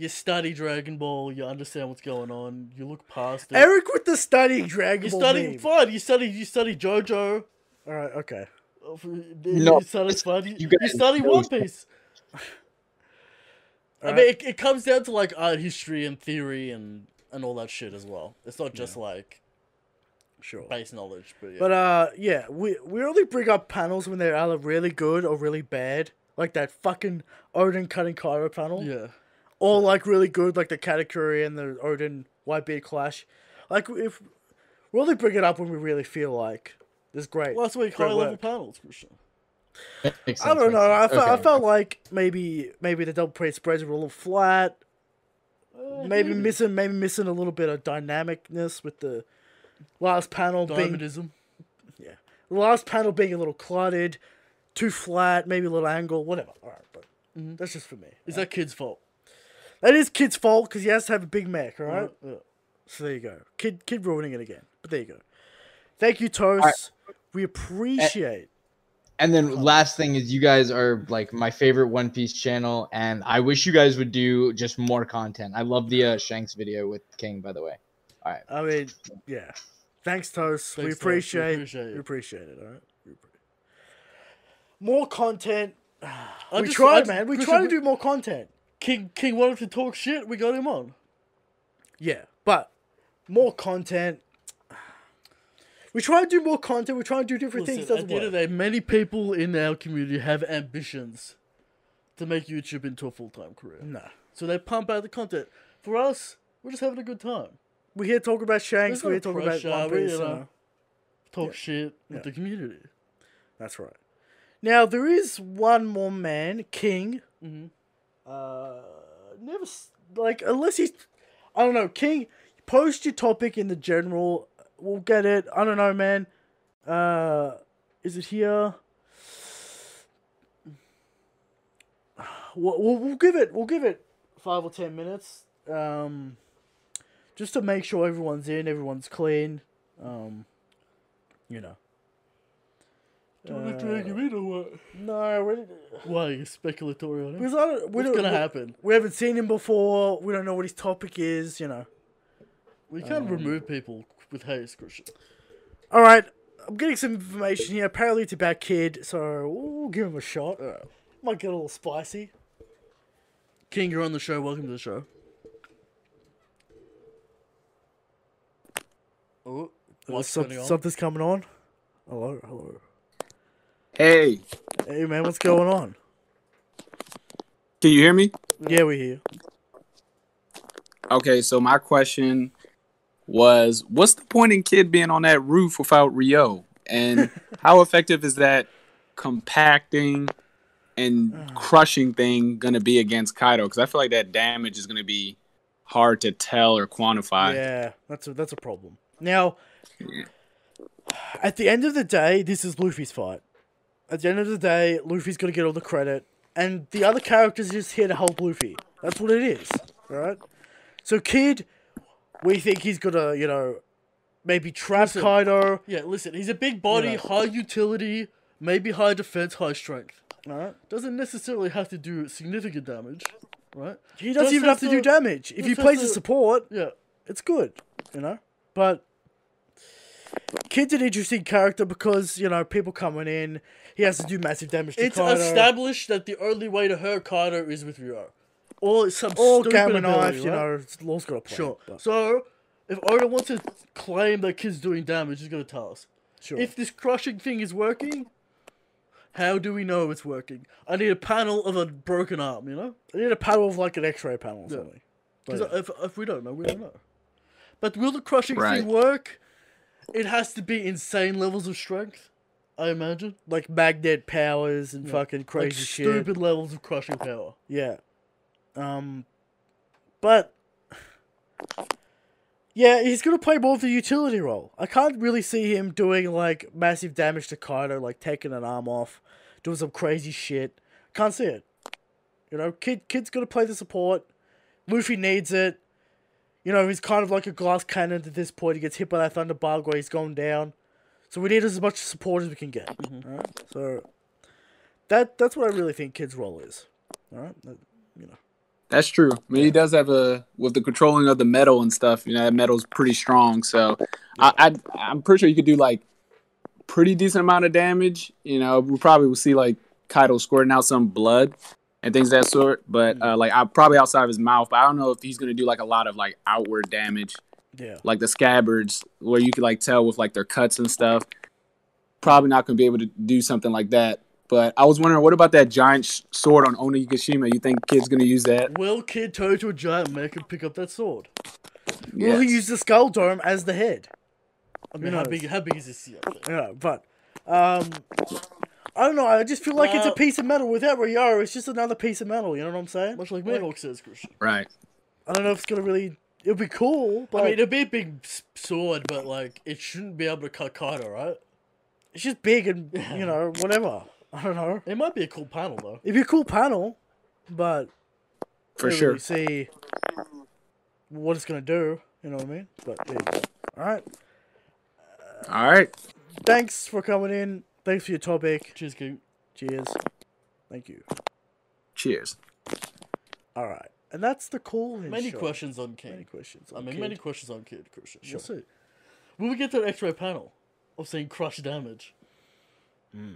you study Dragon Ball, you understand what's going on, you look past it. Eric with the studying Dragon you Ball. study meme. fun. You study you study JoJo. All right. Okay. uh, f- No, you study it's- fun. You, you you guys study know One stuff. Piece. I Alright. mean, it, it comes down to like art history and theory and and all that shit as well. It's not just like Sure. base knowledge, but yeah. But uh, yeah, we we only bring up panels when they're either really good or really bad, like that fucking Odin cutting Cairo panel, yeah. or like really good, like the Katakuri and the Odin Whitebeard clash. Like if we only bring it up when we really feel like this great. Last week, Great high level work. panels, Christian. That makes I sense, don't makes know. I, sense. fe- I Okay. felt like maybe maybe the double print spreads were a little flat. Uh, Maybe missing maybe missing a little bit of dynamicness with the last panel being Diamondism. The last panel being a little cluttered, too flat, maybe a little angle, whatever. All right, but Mhm. that's just for me. Is that kid's fault? That is Kid's fault because he has to have a Big Mac, all right? Mm-hmm. Yeah. So there you go. Kid, kid ruining it again. But there you go. Thank you, Toast. We appreciate. And then last thing is you guys are like my favorite One Piece channel, and I wish you guys would do just more content. I love the uh, Shanks video with King, by the way. I mean, yeah. Thanks, Thanks, Toast. we Toast. We appreciate. appreciate it. We appreciate it. All right. We appre- More content. I we just- I tried, just- man. We Christian, tried to we- do more content. King King wanted to talk shit. We got him on. Yeah, but more content. We try to do more content. We try to do different Listen, things. at Doesn't the end work. of the day, many people in our community have ambitions to make YouTube into a full time career. Nah. So they pump out the content. For us, we're just having a good time. We here talk about Shanks. There's no We here talk about pressure, One we, Piece. you you know. know. Talk Yeah. shit with Yeah. the community. That's right. Now there is one more man, King. Mhm. Uh, never s- like unless he's, I don't know, King. Post your topic in the general. We'll get it. I don't know, man. Uh, is it here? We'll, we'll, we'll give it. We'll give it five or ten minutes. Um, just to make sure everyone's in, everyone's clean. Um, you know. Do you want to drag him in or what? No, we didn't. Why are you speculatory on him? Because I don't, we What's don't, gonna we, happen? we haven't seen him before. We don't know what his topic is, you know. We Um, can't remove people with haste, Christian. All right, I'm getting some information here. Apparently, it's about Kid, so we'll give him a shot. Might get a little spicy. King, you're on the show. Welcome to the show. Oh, Oh, what's some- going on? something's coming on. Hello, hello. Hey, Hey, man, what's going on? can you hear me? Yeah, we're here. Okay, so my question was what's the point in Kid being on that roof without Rio? And how effective is that compacting and crushing thing going to be against Kaido? Because I feel like that damage is going to be hard to tell or quantify. Yeah, that's a, that's a problem. Now, at the end of the day, this is Luffy's fight. At the end of the day, Luffy's gonna get all the credit, and the other characters are just here to help Luffy. That's what it is, all right? So Kid, we think he's gonna, you know, maybe trap Kaido. Yeah, listen, he's a big body, You know. high utility Maybe high defense, high strength. Doesn't necessarily have to do significant damage, right? He doesn't Just even have has to to- do damage. If he just has plays as to- support, Yeah, it's good, you know. But Kid's an interesting character because you know people coming in, he has to do massive damage to it's Kaido. established that the only way to hurt Kaido is with Ryo, or some or stupid Gamma ability, Knife, you right? know. Law's got a plan. Sure. but- So, if Oda wants to claim that kid's doing damage, he's gonna tell us. sure. If this crushing thing is working, how do we know it's working? I need a panel of a broken arm, you know? I need a panel of like an X-ray panel or Yeah. something. But, 'Cause if, if we don't know, we don't know. But will the crushing Right. thing work? It has to be insane levels of strength, I imagine. like magnet powers and Yeah. fucking crazy like shit. stupid levels of crushing power. Yeah. Um, but yeah, he's gonna play more of the utility role. I can't really see him doing like massive damage to Kaido, like taking an arm off, doing some crazy shit. Can't see it. You know, kid kid's gonna play the support. Luffy needs it. You know, he's kind of like a glass cannon at this point. He gets hit by that thunder bug where he's gone down. So we need as much support as we can get. Alright? So that that's what I really think kid's role is. All right. That- That's true. I mean, he does have a with the controlling of the metal and stuff. You know, that metal's pretty strong. So, I, I I'm pretty sure you could do like pretty decent amount of damage. You know, we probably will see like Kaido squirting out some blood and things of that sort. But uh, like, I probably outside of his mouth. But I don't know if he's gonna do like a lot of like outward damage, Yeah. like the scabbards, where you could like tell with like their cuts and stuff. Probably not gonna be able to do something like that. But I was wondering, what about that giant sh- sword on Onigashima? You think kid's gonna use that? Will Kid turn to a giant mech and pick up that sword? Well, he Yes. used the skull dome as the head. I mean, how big, how big is this? Yeah. Yeah, but um, I don't know. I just feel like it's a Well- piece of metal. Without Ryoro, it's just another piece of metal. You know what I'm saying? Much like Mihawk says, Christian. Right. I don't know if it's gonna really. It'll be cool, but I mean, it'd be a big s- sword, but like, it shouldn't be able to cut Kaido, right? it's just big and you know whatever. I don't know. It might be a cool panel though. It'd be a cool panel, but For don't sure. really see what it's gonna do. You know what I mean? But there you go. All right. All right. Thanks for coming in. Thanks for your topic. Cheers, King. Cheers. Thank you. Cheers. All right. And that's the call. Many questions on King. Many questions. I mean, okay. many questions on Kid Christian. We'll Sure. see. Will we get that X-ray panel of seeing crush damage? Hmm.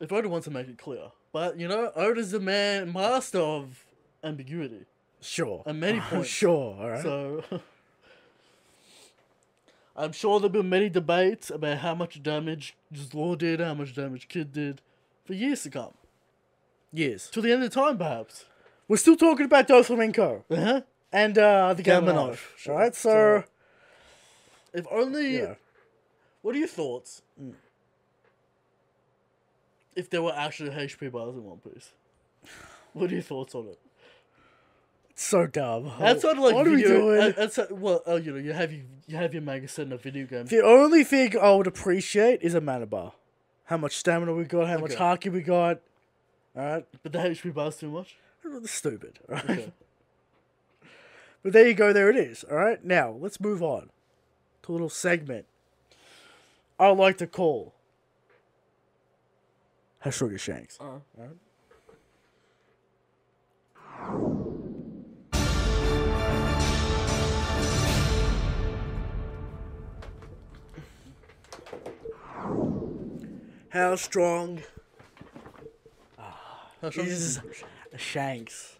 If Oda wants to make it clear, but you know, Oda's the man master of ambiguity. Sure. And many points. sure. All right. So I'm sure there'll be many debates about how much damage Law did, how much damage Kid did, for years to come. yes. Till the end of time, perhaps. We're still talking about Doflamingo Uh-huh. and uh, the Gamma Gamma Knife, Knife. sure. All right. So, If only. yeah. What are your thoughts? Mm. If there were actually HP bars in One Piece, what are your thoughts on it? It's so dumb. That's sort of like Oh, what are we video. doing? that- That's uh, well, oh, you know, you have your, you have your manga set in a video game. the only thing I would appreciate is a mana bar. How much stamina we got? How much Okay. haki we got? All right. But the HP bar's too much. Stupid. All right. Okay. But there you go, there it is. All right, now let's move on to a little segment I like to call Hashuga Shanks. Uh-huh. All right. How strong How strong is is Shanks.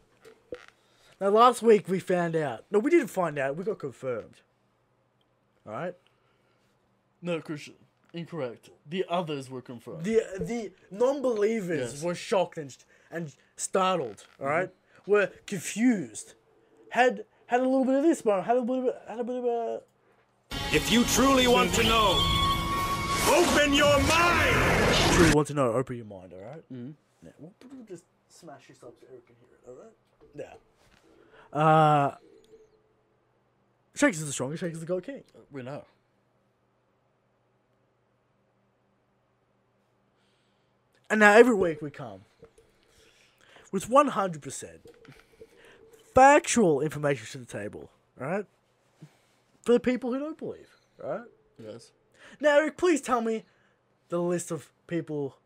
Now, last week we found out. No, we didn't find out. We got confirmed. All right. no, Christian, incorrect. The others were confirmed. The the non-believers Yes. were shocked and and startled. All right? Were confused. Had had a little bit of this moment. Had a bit of had a bit of a. If you truly want to know, open your mind! Truly want to know? Open your mind. All right. Mm-hmm. Yeah, we'll, we'll just smash this up so everyone can hear it. All right. Yeah. Uh. Shanks is the strongest. Shanks is the God King. we know. And now every week we come with 100% factual information to the table, all right? For the people who don't believe, all right? Yes. Now, Eric, please tell me the list of people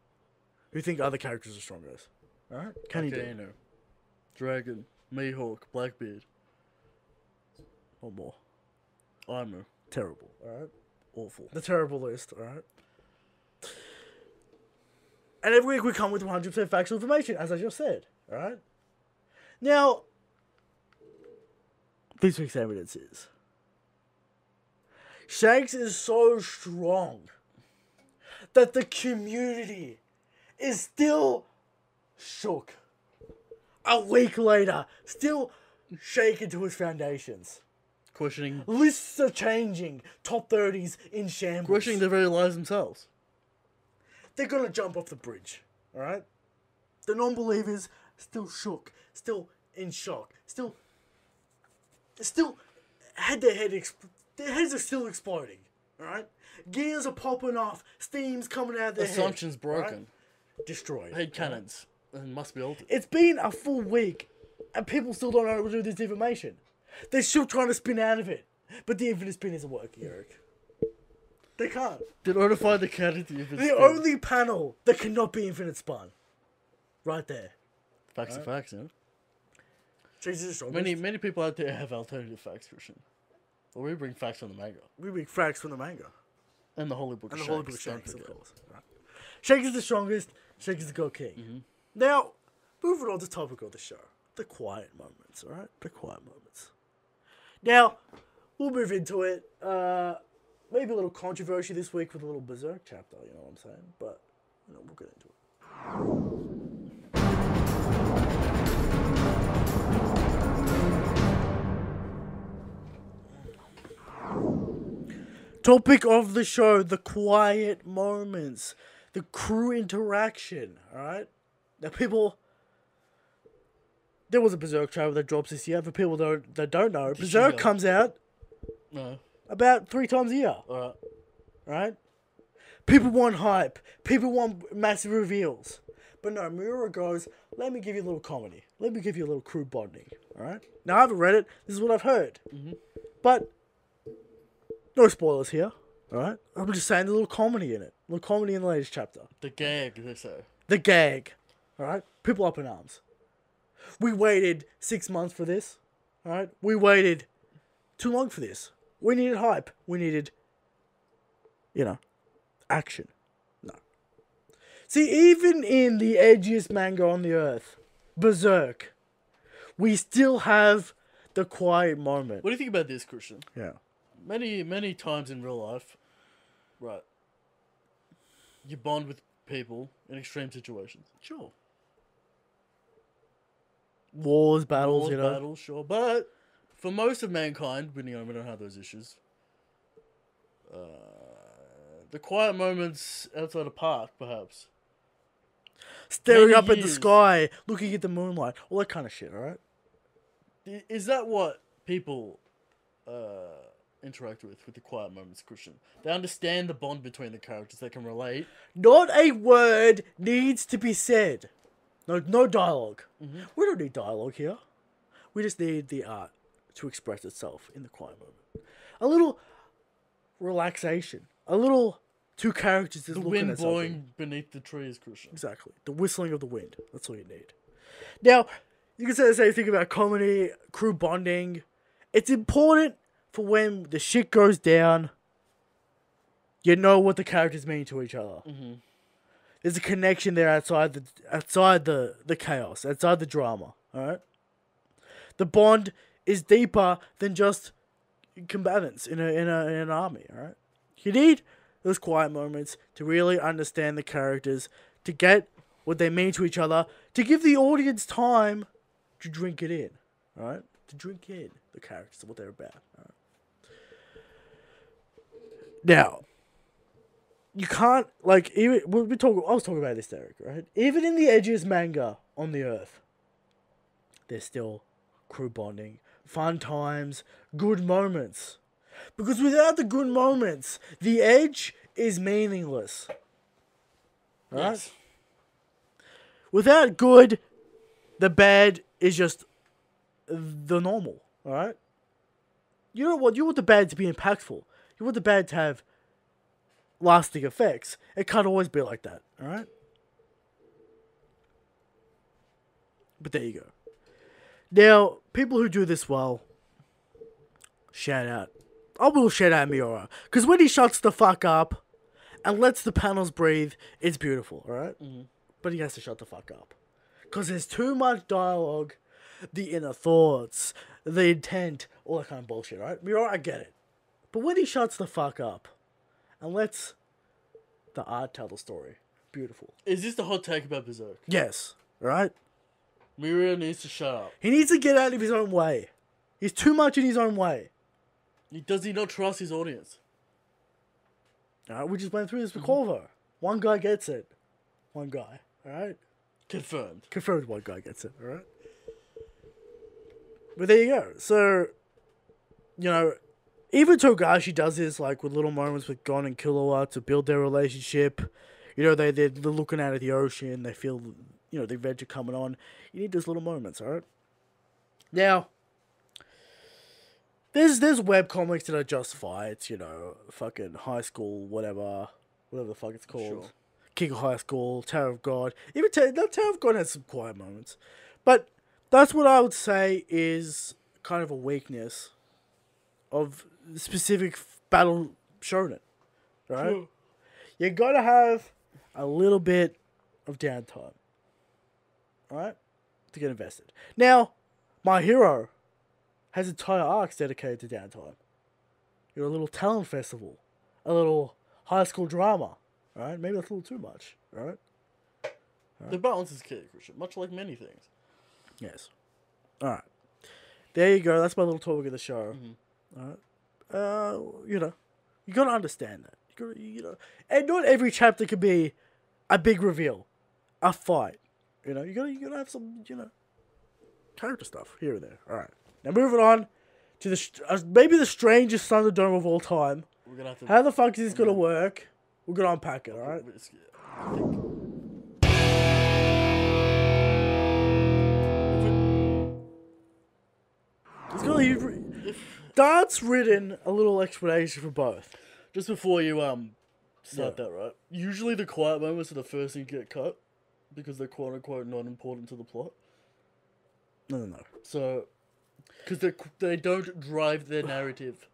who think other characters are stronger. All right, Kenny okay. Volcano, Dragon, Mihawk, Blackbeard. or more. Armor. Oh, Terrible. All right. Awful. The terrible list. All right. And every week we come with 100% factual information, as I just said. All right. Now, this week's evidence is Shanks is so strong that the community is still shook. A week later, still shaken to its foundations. Questioning. Lists are changing. Top 30s in shambles. Questioning their very lives themselves. They're gonna jump off the bridge, alright? The non believers still shook, still in shock, still. still had their head. Exp- their heads are still exploding, alright? Gears are popping off, steam's coming out of their head, Assumptions alright? broken. Destroyed. Head cannons. And must be altered. It's been a full week, and people still don't know what to do with this information. They're still trying to spin out of it, but the infinite spin isn't working, Eric. They can't. Did Oda find the candidate if it's The dead? only panel that cannot be infinite spun, right there. Facts are facts, you know? Jesus, strong. Many, many people out there have alternative facts, Christian. But we bring facts from the manga. we make facts from the manga And the Holy Book and of the Holy Shanks, Book of don't Shanks, of forget. course. Right. Shanks is the strongest. Shanks is the god king. Mm-hmm. Now, moving on to topic of the show: the quiet moments. All right, the quiet moments. Now, we'll move into it. Uh, maybe a little controversy this week with a little berserk chapter. You know what I'm saying? But you know, we'll get into it. Topic of the show: the quiet moments, the crew interaction. All right, now people. There was a Berserk trailer that drops this year. For people that don't, that don't know, Berserk go? comes out No. about three times a year. Alright. Right? People want hype. People want massive reveals. But no, Miura goes, let me give you a little comedy. Let me give you a little crew bonding. Alright? Now, I haven't read it. This is what I've heard. But, no spoilers here. Alright? I'm just saying the little comedy in it. little comedy in the latest chapter. The gag, they say. The gag. Alright? People up in arms. We waited six months for this. Alright? We waited too long for this. We needed hype. We needed, you know, action. No. See, even in the edgiest manga on the earth, Berserk, we still have the quiet moment. What do you think about this, Christian? Yeah. many many times in real life, right? You bond with people in extreme situations. Sure. Wars, battles, Wars, you know. battles, sure, but for most of mankind, we, you know, we don't have those issues. Uh, the quiet moments outside a park, perhaps. Staring many up at the years. sky, looking at the moonlight, all that kind of shit, alright? I- Is that what people uh, interact with with the quiet moments, Christian? They understand the bond between the characters. They can relate. Not a word needs to be said. No, no dialog Mm-hmm. We don't need dialogue here. We just need the art to express itself in the quiet moment. A little relaxation. A little two characters just The looking wind at something. blowing beneath the trees, Christian. Exactly. The whistling of the wind. That's all you need. Now, you can say the same thing about comedy, crew bonding. It's important for when the shit goes down, you know what the characters mean to each other. Mm-hmm. There's a connection there outside the outside the, the chaos, outside the drama. All right. The bond is deeper than just combatants in a in, a, in an army. All right. You need those quiet moments to really understand the characters, to get what they mean to each other, to give the audience time to drink it in. Alright? To drink in the characters and what they're about. Alright? Now, you can't, like, even, we we talk, I was talking about this, Derek, right? Even in the edgiest manga on the earth, there's still crew bonding, fun times, good moments. Because without the good moments, the edge is meaningless. Alright? Without good, the bad is just the normal. Alright? You know what? You want the bad to be impactful. You want the bad to have lasting effects. It can't always be like that, all right? But there you go. Now, people who do this well, shout out. I will shout out Miura. Because when he shuts the fuck up and lets the panels breathe, it's beautiful, alright? But he has to shut the fuck up. Because there's too much dialogue, the inner thoughts, the intent, all that kind of bullshit, right? Miura, I get it. But when he shuts the fuck up and lets the art tell the story, beautiful. Is this the hot take about Berserk? Yes, alright? Miria needs to shut up. He needs to get out of his own way. He's too much in his own way. He does he not trust his audience? Alright, we just went through this with Corvo. One guy gets it. One guy. Alright? Confirmed. Confirmed one guy gets it, alright? But there you go. So you know, even Togashi does this like with little moments with Gon and Killua to build their relationship. You know, they they're, they're looking out at the ocean, they feel you know, the adventure coming on. You need those little moments, alright? Now there's there's web comics that are justify it's you know fucking high school whatever whatever the fuck it's called Sure. King of High School Tower of God even Tower, no, Tower of God has some quiet moments but that's what I would say is kind of a weakness of specific f- battle shonen right you gotta have a little bit of downtime right to get invested now my hero has entire arcs dedicated to downtime. You know, a little talent festival, a little high school drama. All right, maybe that's a little too much. All right. The balance is key, Christian, much like many things. Yes. All right. There you go. That's my little talk of the show. Mm-hmm. All right. Uh, you know, you gotta understand that. You gotta, you know, and not every chapter can be a big reveal, a fight. You know, you gotta, you gotta have some, you know, character stuff here and there. All right. Now moving on to the str- uh, maybe the strangest Thunderdome of all time. We're gonna have to. How the fuck is this gonna Mm-hmm. work? We're gonna unpack it. All right. we're just- It's gonna be. Dart's written a little explanation for both. Just before you um start that, right? Usually the quiet moments are the first thing to get cut because they're quote unquote not important to the plot. No, no, no. So, because they they don't drive their narrative.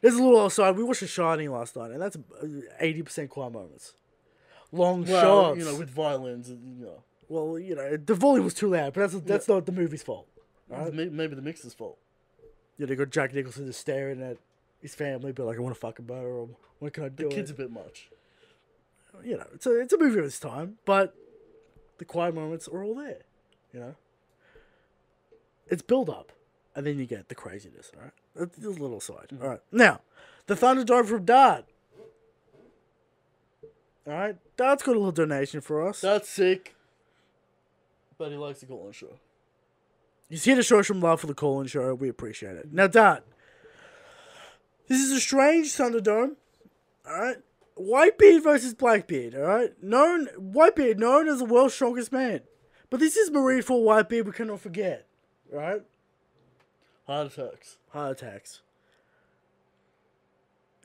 There's a little aside. We watched The Shining last night, and that's uh, eighty percent quiet moments. Long Well, shots. you know, with violins, and, you know, well, you know, the volume was too loud, but that's that's not the movie's fault. it's may- maybe the mixer's fault. You know, they got Jack Nicholson just staring at his family, be like, "I want to fucking murder him. What can I do?" The kid's a bit much. you know, it's a it's a movie of its time, but the quiet moments are all there. You know, it's build up, and then you get the craziness. All right, that's just a little side. All right, now the Thunderdome from Dart. All right, Dart's got a little donation for us. That's sick. But he likes to go on show. He's here to show us some love for the call-in show. We appreciate it. Now, Dart, this is a strange Thunderdome. All right, Whitebeard versus Blackbeard. All right, known Whitebeard, known as the world's strongest man, but this is Marie for Whitebeard. We cannot forget. All right, Heart attacks. heart attacks,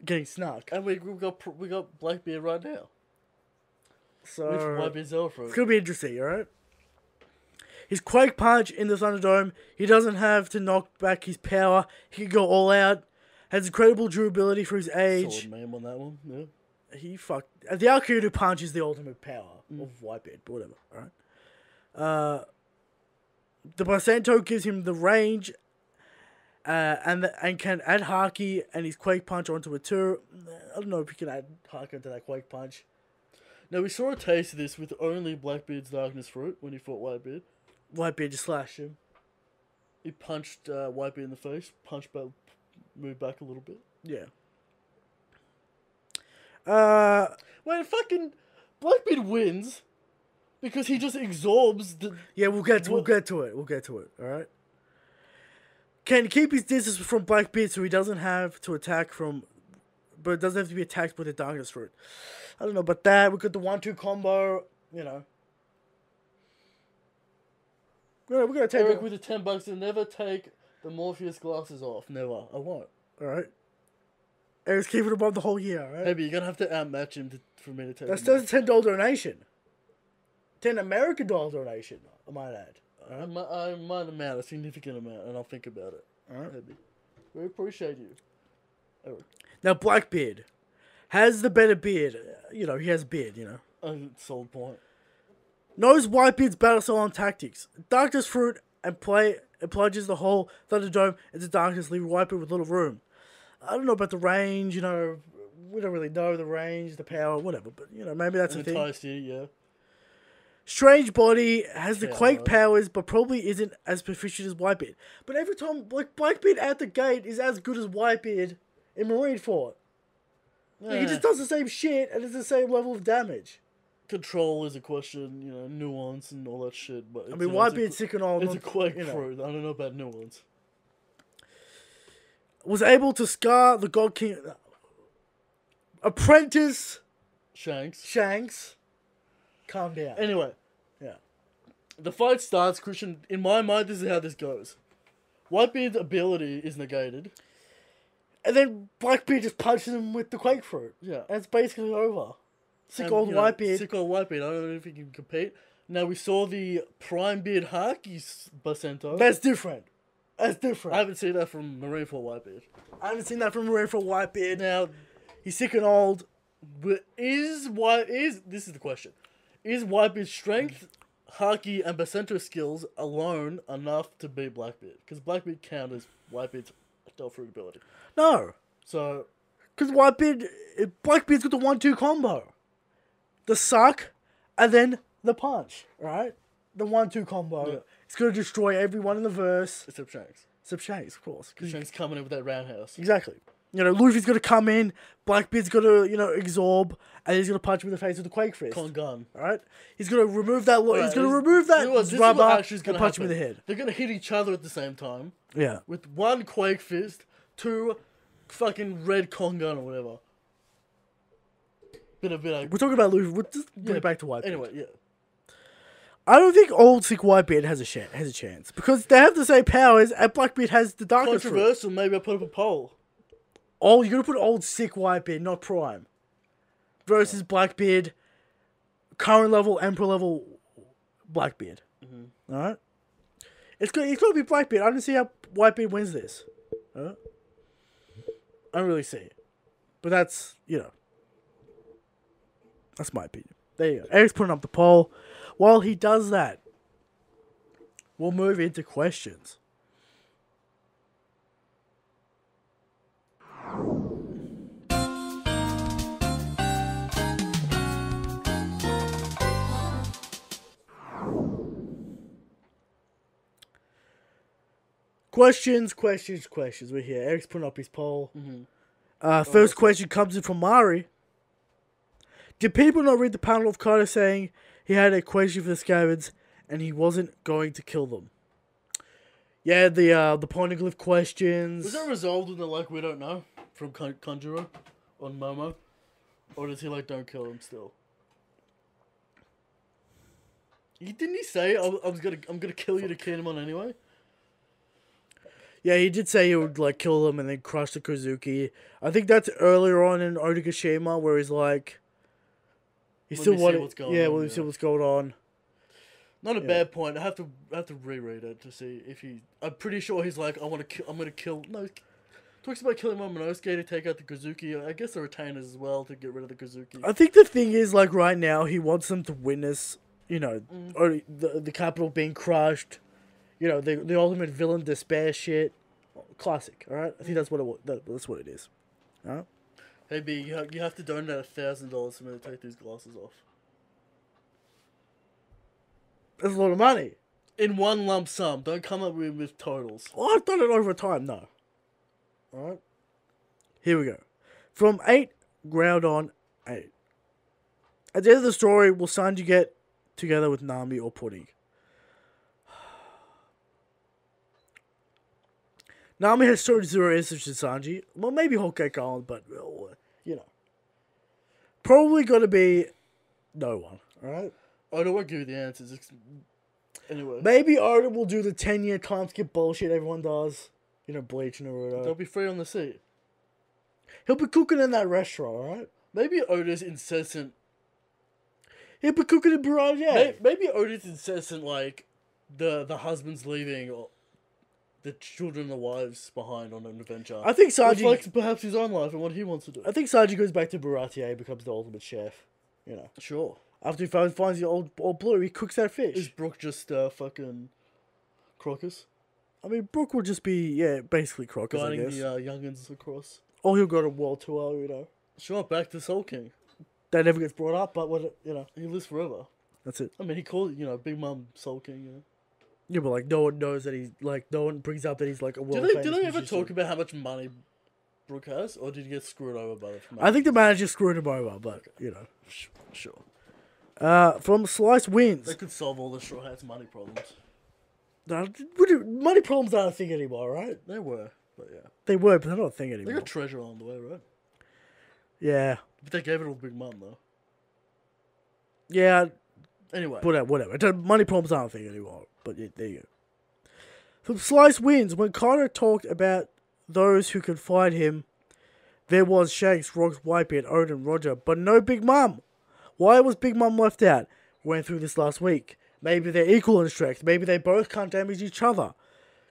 getting snuck. And we, we got pr- we got Blackbeard right now. So With Whitebeard's It's Elfro. gonna be interesting, alright? His Quake Punch in the Thunderdome, he doesn't have to knock back his power. He can go all out. Has incredible durability for his age. Solid name on that one. Yeah. He fuck uh, the Alcudo Punch is the ultimate power of Whitebeard, but whatever, alright? Uh the Basanto gives him the range uh, and the, and can add Haki and his Quake Punch onto it too. I don't know if you can add Haki onto that Quake Punch. Now we saw a taste of this with only Blackbeard's Darkness Fruit when he fought Whitebeard. Whitebeard just slash him. He punched uh, Whitebeard in the face. Punched back, moved back a little bit. Yeah. Uh, Wait, fucking Blackbeard wins because he just absorbs the. yeah, we'll get to, we'll What- get to it. We'll get to it. All right. Can keep his distance from Blackbeard so he doesn't have to attack from, but it doesn't have to be attacked with the darkness fruit. I don't know about that. We got the one-two combo. You know. Yeah, we're gonna take Eric it. with the ten bucks and never take the Morpheus glasses off. Never. I won't. All right. and was keeping him on the whole year. Right? Hey, but you're gonna have to outmatch him to, for me to take. That's him still on. a ten dollar donation. Ten American dollar donation, I might add. I mi- I might amount a significant amount, and I'll think about it. Alright. Maybe. We appreciate you. Now Blackbeard has the better beard. Uh, You know, he has beard, you know. Uh, sold point. Knows Whitebeard's battle style and tactics. Darkness fruit and play and plunges the whole Thunderdome into darkness, leaving Whitebeard with little room. I don't know about the range, you know, we don't really know the range, the power, whatever, but you know, maybe that's An a thing. entire city, yeah. Strange Body has the Yeah, Quake right. powers, but probably isn't as proficient as Whitebeard. But every time, like, Blackbeard out the gate is as good as Whitebeard in Marineford. Like, Eh, he just does the same shit and it's the same level of damage. control is a question, you know, nuance and all that shit. But I it's, mean, you know, it's a Whitebeard, qu- sick and all, It's a not- quake you know. fruit. I don't know about nuance. was able to scar the God King. Apprentice Shanks. Shanks. Calm down. Anyway, yeah. The fight starts, Christian. In my mind, this is how this goes. Whitebeard's ability is negated. And then Blackbeard just punches him with the Quake Fruit. Yeah. And it's basically over. Sick And, old you know, Whitebeard. Sick old Whitebeard. I don't know if he can compete. Now, we saw the Prime Beard Haki Basento. That's different. That's different. I I've, haven't seen that from Marine for Whitebeard. I have not seen that from Marin for Whitebeard. Now, He's sick and old. but is why is this is the question? Is Whitebeard's strength, hockey, and Basento skills alone enough to beat Blackbeard? Because Blackbeard counters Whitebeard's stealth fruit ability. No. So Because Whitebeard. Blackbeard's got the 1 2 combo. The suck, and then the punch, right? The 1 2 combo. Yeah. It's going to destroy everyone in the verse. except Shanks, Except Shanks, of course. 'cause Shanks coming in with that roundhouse. Exactly. You know, Luffy's gonna come in, Blackbeard's gonna, you know, absorb, and he's gonna punch him in the face with a Quake Fist. Con gun. Alright? He's gonna remove that lo- he's Alright, gonna this- remove that you know what, this is what rubber actually is and gonna punch him in the happen. head. They're gonna hit each other at the same time Yeah. with one quake fist, two fucking red con gun or whatever. Bit of bit of We're talking about Luffy. We'll just bring Yeah, it back to Whitebeard. anyway, yeah. I don't think old sick Whitebeard has a sh- has a chance because they have the same powers, and Blackbeard has the darkness. fruit. Controversial. Maybe I put up a poll. Oh, you're gonna put old sick Whitebeard, not Prime, versus Blackbeard, current level Emperor level Blackbeard. Mm-hmm. All right, it's gonna it's gonna be Blackbeard. I don't see how Whitebeard wins this. Alright? I don't really see it, but that's you know, that's my opinion. There you go. Eric's putting up the poll. While he does that, we'll move into questions. Questions, questions, questions. We're here. Eric's putting up his poll. Mm-hmm. Uh, first question comes in from Mari. Did people not read the panel of Carter saying he had a question for the scabbards and he wasn't going to kill them? Yeah, the uh, the Poneglyph questions. Was that resolved in the like we don't know from Con- Conjurer on Momo, or does he like don't kill him still? He, didn't he say I, I was gonna I'm gonna kill you to kill him on anyway? Yeah, he did say he would like kill them and then crush the Kozuki. I think that's earlier on in Onigashima where he's like, he Let still me see wanted, what's going yeah, on, let me yeah. see what's going on. Not a bad point. I have to I have to reread it to see if he. I'm pretty sure he's like I want to kill. I'm gonna kill. No, he talks about killing Momonosuke to take out the Kazuki. I guess the retainers as well to get rid of the Kazuki. I think the thing is, like, right now, he wants them to witness, you know, Mm. or the, the capital being crushed, you know, the, the ultimate villain despair shit. Classic, alright? I think that's what it wa- that, that's what it is. Mm. Hey B, you, ha- you have to donate a thousand dollars for me to take these glasses off That's a lot of money. in one lump sum. Don't come up with, with totals. Well, Oh, I've done it over time, no. Alright? Here we go. From 8, ground on 8. At the end of the story, will Sanji get together with Nami or Pudding? Nami has showed zero interest in Sanji. Well, maybe Whole Cake Island, but, well, you know. Probably gonna be no one. Alright. Oh, I don't want to give you the answers. It's... Anyway, Maybe Oda will do the 10 year time skip bullshit everyone does. You know, Bleach and Naruto. they'll be free on the sea. He'll be cooking in that restaurant, all right? Maybe Oda's incessant. He'll be cooking in Piranha. May Maybe Oda's incessant, like the the husband's leaving or the children, the wives behind on an adventure. I think Sanji. reflects perhaps his own life and what he wants to do. I think Sanji goes back to Baratier, becomes the ultimate chef. You know, Sure. after he finds finds the old old blue, he cooks that Is fish. Brooke just uh, fucking Crocus I mean, Brook will just be yeah, basically Crocus, I guiding guess. the uh, youngins across? or he'll go to World Tour. You know, Sure, back to Soul King. that never gets brought up, but what you know, He lives forever. that's it. I mean, he called you know Big Mum Soul King. You know? Yeah, but like no one knows that he's like no one brings up that he's like a world. Did they, did famous they ever musician. talk about how much money Brooke has, or did he get screwed over by the? I think the manager screwed him over, but you know. sure Uh, from Slice they wins. could solve all the Straw Hats money problems. Now, what do- Money problems aren't a thing anymore, right? They were, but yeah, They were, but they're not a thing they anymore. got treasure along the way, right? yeah, But they gave it all to Big Mum though. yeah, Anyway, whatever, uh, whatever. It don't- Money problems aren't a thing anymore. But yeah, there you go. From Slice wins. When Kaido talked about those who could find him, there was Shanks, Rocks, Whitebeard, Odin, Roger, but no Big Mum. Why was Big Mum left out? Went through this last week. Maybe they're equal in strength. Maybe they both can't damage each other.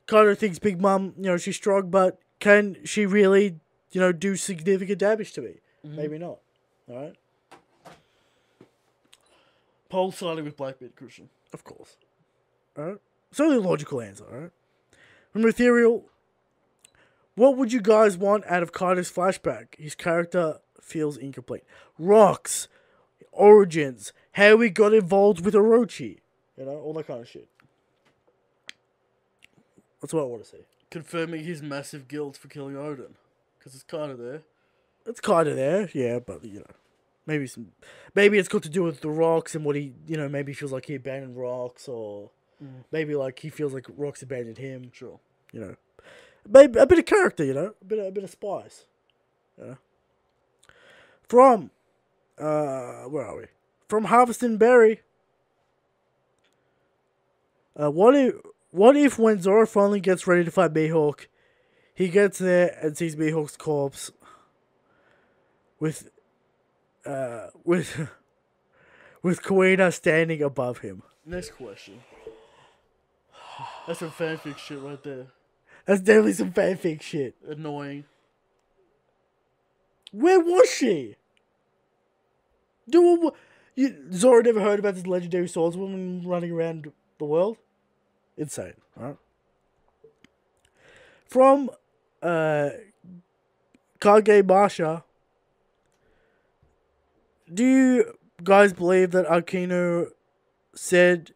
Kaido thinks Big Mum, you know, she's strong, but can she really, you know, do significant damage to me? Maybe not. All right. Paul siding with Blackbeard Christian. Of course. Alright? It's only a logical answer, alright? From Ethereal, what would you guys want out of Carter's flashback? His character feels incomplete. Rocks, origins, how he got involved with Orochi. You know, all that kind of shit. That's what I want to see. confirming his massive guilt for killing Odin, because it's kind of there. It's kind of there, yeah, but you know, maybe some, maybe it's got to do with the rocks and what he, you know, maybe feels like he abandoned rocks, or maybe like he feels like rocks abandoned him. Sure, you know, maybe a bit of character, you know, a bit of, a bit of spice, you know. From, uh, where are we? From Harvest and Berry. Uh, what if what if when Zoro finally gets ready to fight Mihawk, he gets there and sees Mihawk's corpse with uh with with Kuina standing above him. Next question. That's some fanfic shit right there. That's definitely some fanfic shit. Annoying. Where was she? Do you Zora never heard about this legendary swordswoman running around the world? Insane, alright? From uh Kage Masha Do you guys believe that Akino said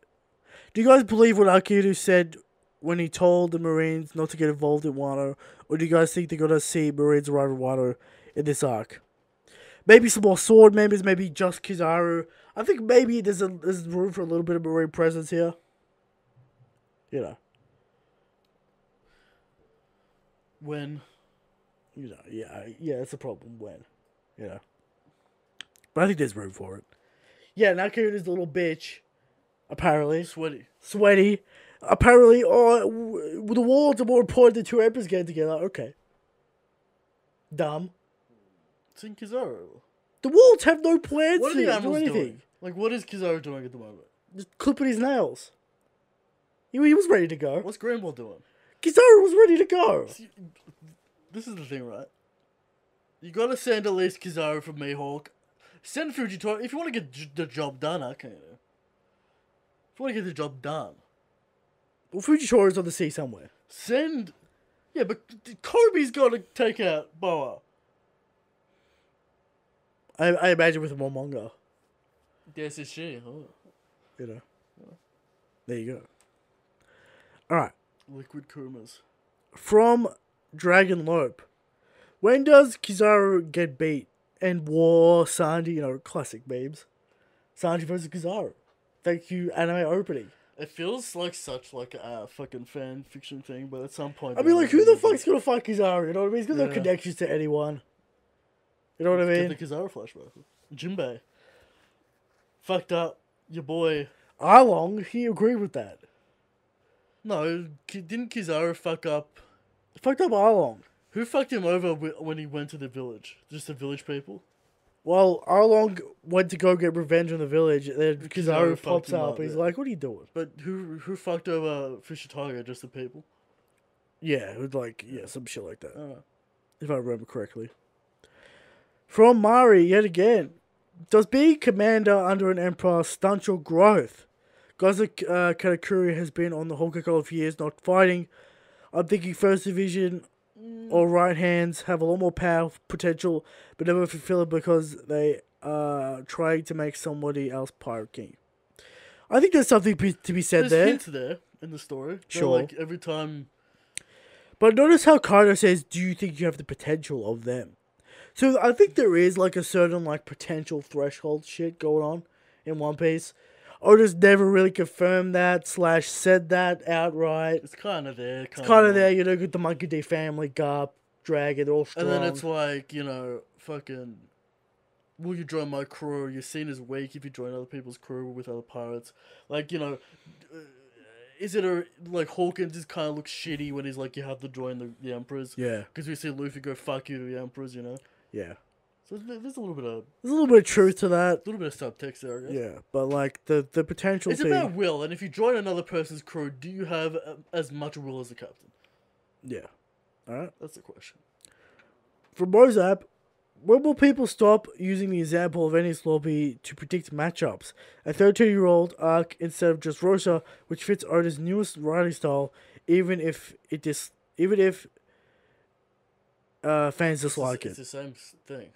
do you guys believe what Akito said when he told the Marines not to get involved in Wano? Or do you guys think they're gonna see Marines arrive in Wano in this arc? Maybe some more sword members, maybe just Kizaru. I think maybe there's a there's room for a little bit of Marine presence here. You know, When you know, yeah, I- yeah, that's a problem when, you know. But I think there's room for it. Yeah, Nakuna's a little bitch, apparently. sweaty. sweaty. Apparently, oh, w- the warlords are more important than two emperors getting together. Okay. Dumb. It's in Kizaru. The warlords have no plans What are to the do animals anything. doing? Like, what is Kizaru doing at the moment? Just clipping his nails. He, he was ready to go. What's Granwell doing? Kizaru was ready to go. This is the thing, right? You gotta send at least Kizaru from Mihawk. Send Fujitora. If you wanna get j- the job done, I can. If you wanna get the job done, Well, Fujitora is on the sea somewhere. send. Yeah, but Kobe's gotta take out Boa. I, I imagine with a Momonga, Yes, is she. Oh. you know. There you go. All right. Liquid Kumas. From Dragon Lope. When does Kizaru get beat? And War Sanji, you know, classic memes. Sanji versus Kizaru. Thank you, anime opening. It feels like such like a fucking fan fiction thing, but at some point, I mean, like, who the fuck's gonna fight Kizaru? You know what I mean? He's got no Yeah. connections to anyone. You know what I Get the mean? Kizaru flashback. Jinbei, fucked up your boy. Arlong, he agreed with that. No, Ki- didn't Kizaru fuck up? Fucked up Arlong. Who fucked him over wi- when he went to the village? Just the village people. Well, Arlong went to go get revenge on the village, and then Kizaru Kizaru fucked pops him up. up, and He's yeah. like, "What are you doing?" But who who fucked over Fishitaga? Just the people. Yeah, it was like yeah, some shit like that, Oh. if I remember correctly. From Mari yet again, does being commander under an emperor stunt your growth? Gaza uh, Katakuri has been on the whole kick of years, not fighting. I'm thinking first division Mm. or right hands have a lot more power potential, but never fulfill it because they are trying to make somebody else pirate king. I think there's something be- to be said There's there. hints there in the story. They're Sure. Like every time But notice how Kaido says, "Do you think you have the potential of them?" So I think there is like a certain like potential threshold shit going on in One Piece. Oda's never really confirmed that slash said that outright. it's kind of there. It's kind of there, you know, with the Monkey D family, Garp, Dragon, they're all strong. And then it's like you know, fucking. Will you join my crew? You're seen as weak if you join other people's crew with other pirates. Like you know, uh, is it a like Hawkins just kind of looks shitty when he's like you have to join the the emperors yeah, because we see Luffy go fuck you to the emperors, you know. yeah. So there- there's a little bit of There's a little bit of truth to that. a little bit of subtext there. I guess. Yeah, but like the the potential It's thing. about will, and if you join another person's crew, do you have um, as much will as the captain? yeah. All right. That's the question. From Mozap, when will people stop using the example of any sloppy to predict matchups? A 13 year old arc instead of just Rosa, which fits Oda's newest writing style, even if it dis- even if uh, fans It's the- dislike it's it. the same s- thing.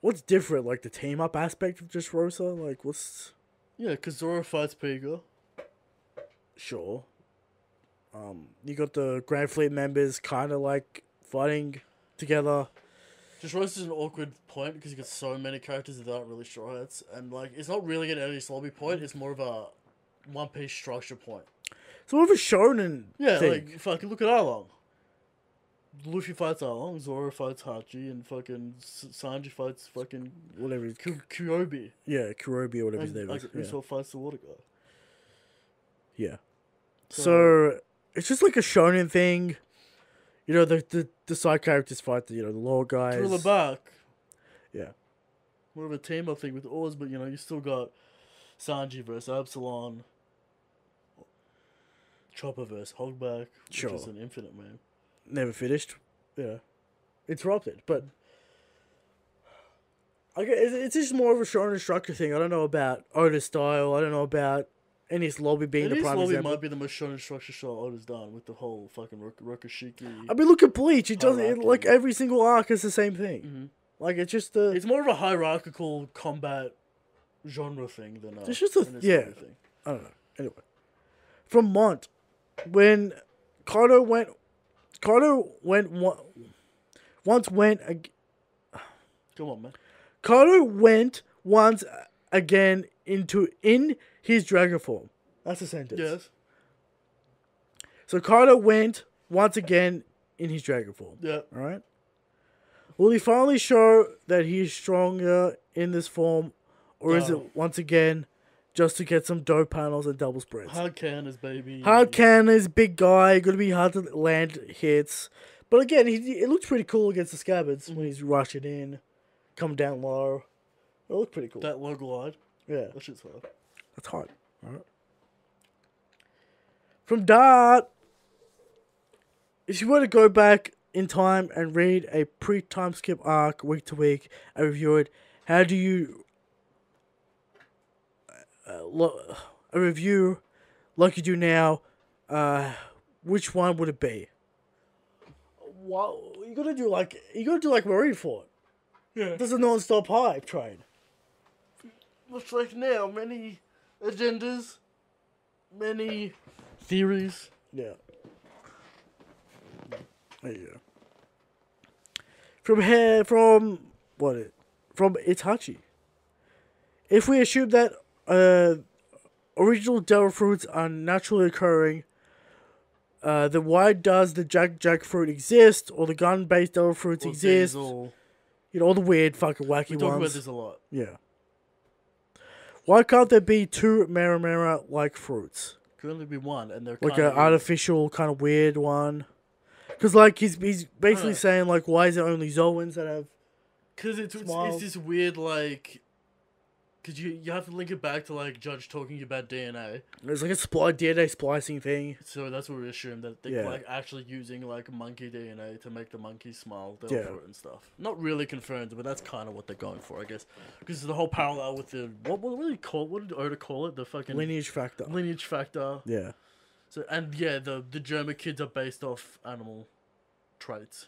What's different? Like the team up aspect of just Rosa? Like, what's. Yeah, because Zoro fights Pigo. Sure. Um, you got the Grand Fleet members kind of like fighting together. Just Rose is an awkward point because you've got so many characters that aren't really sure it's and like it's not really an early slobby point, it's more of a one piece structure point. It's more of a shonen Yeah, thing. like fucking look at Arlong. Luffy fights Arlong, Zoro fights Hachi, and fucking S- Sanji fights fucking whatever his, Ky- Kyobi. yeah, Kurobi or whatever his And name like, is. yeah. Usopp fights the water guy. Yeah. So- So, it's just like a shonen thing. You know, the the, the side characters fight the you know the lower guys. Through the back. Yeah. More of a team up thing with Oz, but you know, you still got Sanji versus Absalon, Chopper versus Hogback, which Sure. is an infinite man. Never finished. Yeah. Interrupted, but I gue- it's, it's just more of a shonen structure thing. I don't know about Oda style. I don't know about any lobby being Maybe the prime Slowly example. might be the most shonen structure shot Oda's done with the whole fucking Rok- Rokushiki. I mean, look at Bleach. It doesn't it, Hierarchy. like every single arc is the same thing. Mhm. Like it's just the It's more of a hierarchical combat genre thing than uh, a, It's just a- than yeah. story E thing. I don't know. Anyway, from Mont, when Carter went, Carter went one, once went, ag- Come on, man. Carter went once again into in his dragon form. That's a sentence. Yes. So Carter went once again in his dragon form. Yeah. All right. Will he finally show that he's stronger in this form, or is No. it once again just to get some dough panels and double spreads? Hard canners, baby. Hard cannons, big guy, gonna be hard to land hits. But again, he it looks pretty cool against the scabbards when he's rushing in, come down low. It looked pretty cool. That low glide. yeah, That shit's hard. that's hard. From Dart, if you were to go back in time and read a pre-time skip arc week to week and review it, how do you uh, lo- a review like you do now? Uh, which one would it be? Wow, you gotta do like you gotta do like Marineford. Yeah. There's a non-stop hype train. looks like now many agendas, many theories. Yeah. There you go. From here, from what? it- From Itachi. If we assume that uh, original devil fruits are naturally occurring, uh, then why does the Jack Jack fruit exist, or the gun-based devil fruits Or exist? Diesel. You know, all the weird, fucking wacky We ones. talk about this a lot. Yeah. Why can't there be two Marimara like fruits? Could only be one, and they're like kinda an weird. artificial kind of weird one. Because like he's he's basically Huh. saying like why is it only Zoans that have Because it's, it's, Small. it's this weird, like. Because you, you have to link it back to, like, Judge talking about DNA. it's like a spli- DNA splicing thing. So that's what we assume that they're, Yeah. like, actually using, like, monkey DNA to make the monkey smile they'll Yeah. for it and stuff. Not really confirmed, but that's kind of what they're going for, I guess. Because the whole parallel with the. What, what, what do you call What did Oda call it? The fucking. Lineage factor. lineage factor. yeah. So And, yeah, the, the German kids are based off animal traits.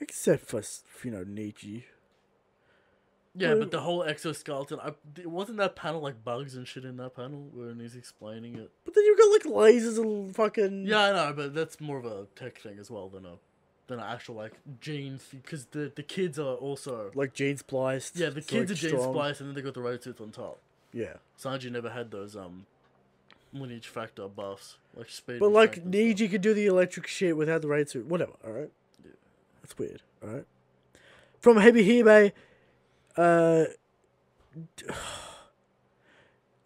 Except for s- you know Nietzsche. Yeah, Well- but the whole exoskeleton. I, it wasn't that panel like bugs and shit in that panel when he's explaining it. But then you've got like lasers and fucking Yeah, I know, but that's more of a tech thing as well than a than an actual like gene because the the kids are also like gene spliced. yeah the so, kids like, are gene strong. spliced and then they got the right tooth on top. Yeah. Sanji never had those um lineage factor buffs like speed. But and like strength and Niji could do the electric shit without the raid suit. Whatever, alright? That's weird, alright? From Hebihime, uh d-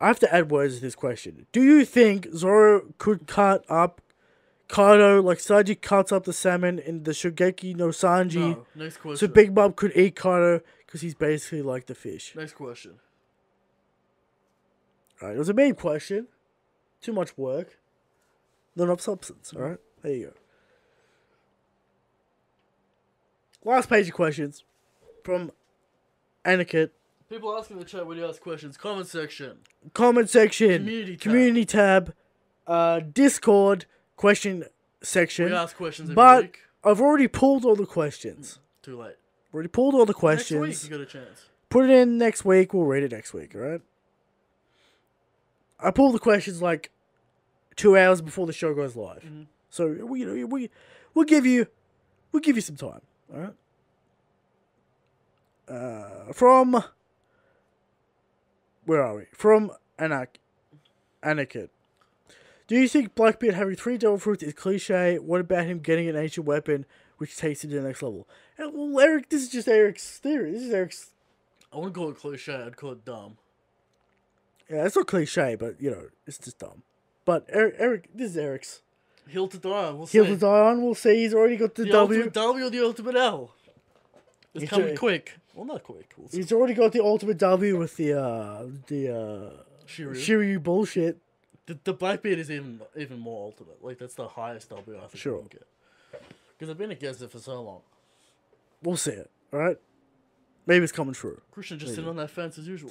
I have to add words to this question. Do you think Zoro could cut up Kado like Sanji cuts up the salmon in the Shogeki no stuff. Sanji? No, next question. So Big Mom could eat Kado because he's basically like the fish. next question. Alright, it was a main question. Too much work. Not enough substance, alright? There you go. Last page of questions from Aniket. People ask in the chat when you ask questions. Comment section. Comment section, Community tab. community tab, uh, Discord, question section. We ask questions every But- week. I've already pulled all the questions. Too late. Already pulled all the Next questions. week you got a chance. Put it in next week. We'll read it next week, alright? I pull the questions like two hours before the show goes live. So we you know, we we'll give you we'll give you some time, all right? Uh, from where are we? From Anak Anakin. Do you think Blackbeard having three devil fruits is cliche? What about him getting an ancient weapon which takes him to the next level? And, well, Eric, this is just Eric's theory. This is Eric's. I wouldn't call it cliche. I'd call it dumb. Yeah, it's not cliche, but you know, it's just dumb. But Eric, Eric this is Eric's. Heal to die. We'll see. He'll the Zion. We'll see. He's already got the, the W. ultimate W or the ultimate L. It's He's coming doing- quick. Well, not quick. We'll see. He's already got the ultimate W with the uh the uh Shiryu. Shiryu bullshit. the, the Blackbeard is even even more ultimate. Like that's the highest W I think Sure. you can get. Because I've been against it for so long. We'll see it. All right. Maybe it's coming true. Christian just sitting on that fence as usual.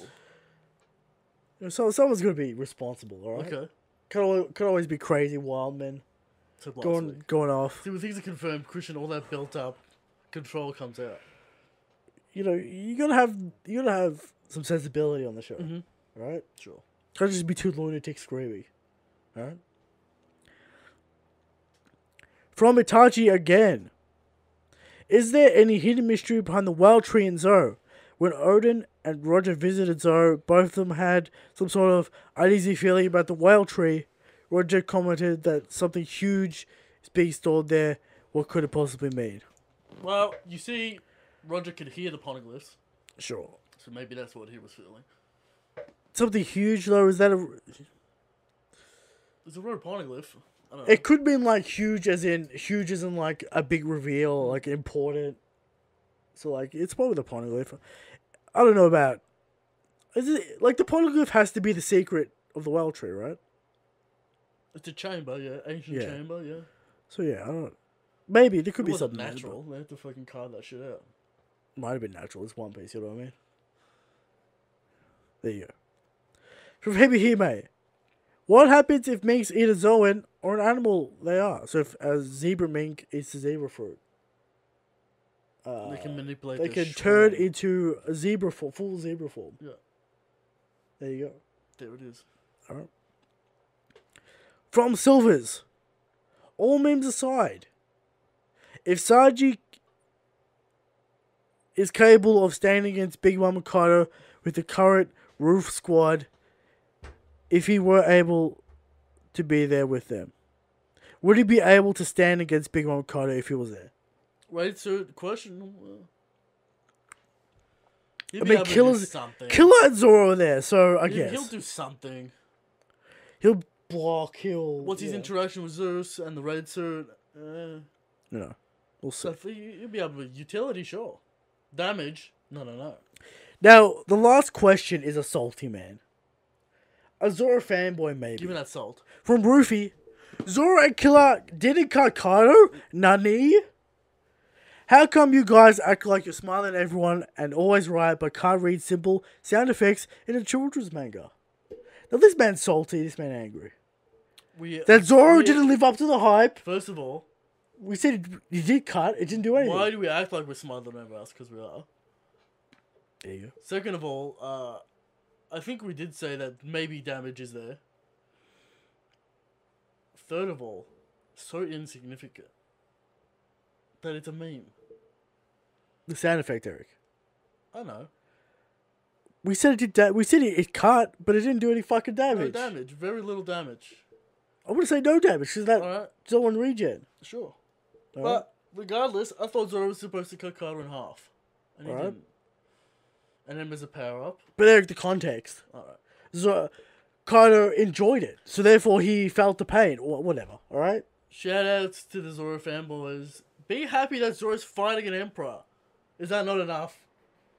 You know, So someone's gonna be responsible. All right. Okay. Could always, could always be crazy wild men So last going week. going off. See when things are confirmed, Christian, all that built up control comes out. You know you're gonna have you're gonna have some sensibility on the show. Mhm. All right. Sure. Can't just be two lunatic screaming. Alright? From Itachi again. Is there any hidden mystery behind the wild tree in Zoro? When Odin and Roger visited Zoro, both of them had some sort of uneasy feeling about the whale tree. Roger commented that something huge is being stored there. What could it possibly mean? Well, you see, Roger could hear the poneglyphs, Sure. so maybe that's what he was feeling. Something huge though, is that a. It's a road poneglyph. I don't know. It could mean like huge, as in huge, as in like a big reveal, like important. So like it's probably the poneglyph. I don't know about. Is it like the poneglyph has to be the secret of the well tree, right? It's a chamber, yeah, ancient Yeah. chamber, yeah. So yeah, I don't. Maybe there could It be wasn't something there, natural. They had to fucking carve that shit out. but Might have been natural. It's One Piece. You know what I mean? There you go. From Hebihime. What happens if minks eat a zoan or an animal they are? So if a zebra mink eats a zebra fruit. Uh, They can manipulate. they the can turn shrimp. into a zebra form, full zebra form. Yeah. There you go. There it is. From Silvers. All memes aside, if Sanji is capable of standing against Big Mom Mikado with the current roof squad, if he were able to be there with them, would he be able to stand against Big Mom Mikado if he was there? Wait, so the question. uh, He'll I be mean, able to do Killer's- something. Killer and Zoro are there, so I He- guess He'll do something. he'll block hill. What's his yeah. interaction with Zeus and the red suit? Uh, You know, we'll see. so if you, you'll be able to utility, sure. Damage? No, no, no. Now, the last question is a salty man. A Zora fanboy, maybe. Give me that salt. From Rufy. Zora and Killer didn't cut Kaido? Nani? How come you guys act like you're smiling at everyone and always right but can't read simple sound effects in a children's manga? Now, this man's salty, this man angry. We That Zoro we- didn't live up to the hype. First of all, We said he did cut, it didn't do anything. why do we act like we're smarter than everyone else? Because we are. There you go. Second of all, uh, I think we did say that maybe damage is there. Third of all, so insignificant that it's a meme. The sound effect, Eric. I know. We said it did. Da- we said it, it cut, but it didn't do any fucking No damage. damage, very little damage. I would say no damage because that Alright, still on regen. All sure. right? But regardless, I thought Zoro was supposed to cut Carter in half. And he Alright. didn't. And then there's a power up. But Eric, the context. Alright. So, Kaido enjoyed it, so therefore he felt the pain or whatever. All right. Shout outs to the Zoro fanboys. Be happy that Zoro's fighting an emperor. Is that not enough?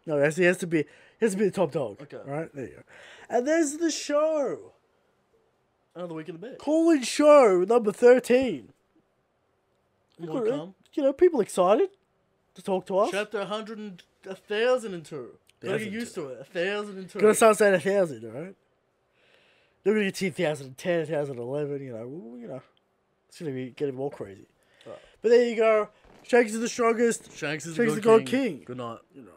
No, that's, he has to be. He has to be the top dog. Okay. All right. There you go. And there's the show. Another week in the bed. Call in show number thirteen. You Look, wanna come? You know, people excited to talk to us. Chapter 100 and a thousand and two. Gotta Thousand get and used to it. A thousand and two. Gonna start saying a thousand, all right? They're gonna get to 2010, 2011, you know, w- you know. It's gonna be getting more crazy. But there you go. Shanks is the strongest. Shanks is Shanks the the God God King. King. Good night. You know.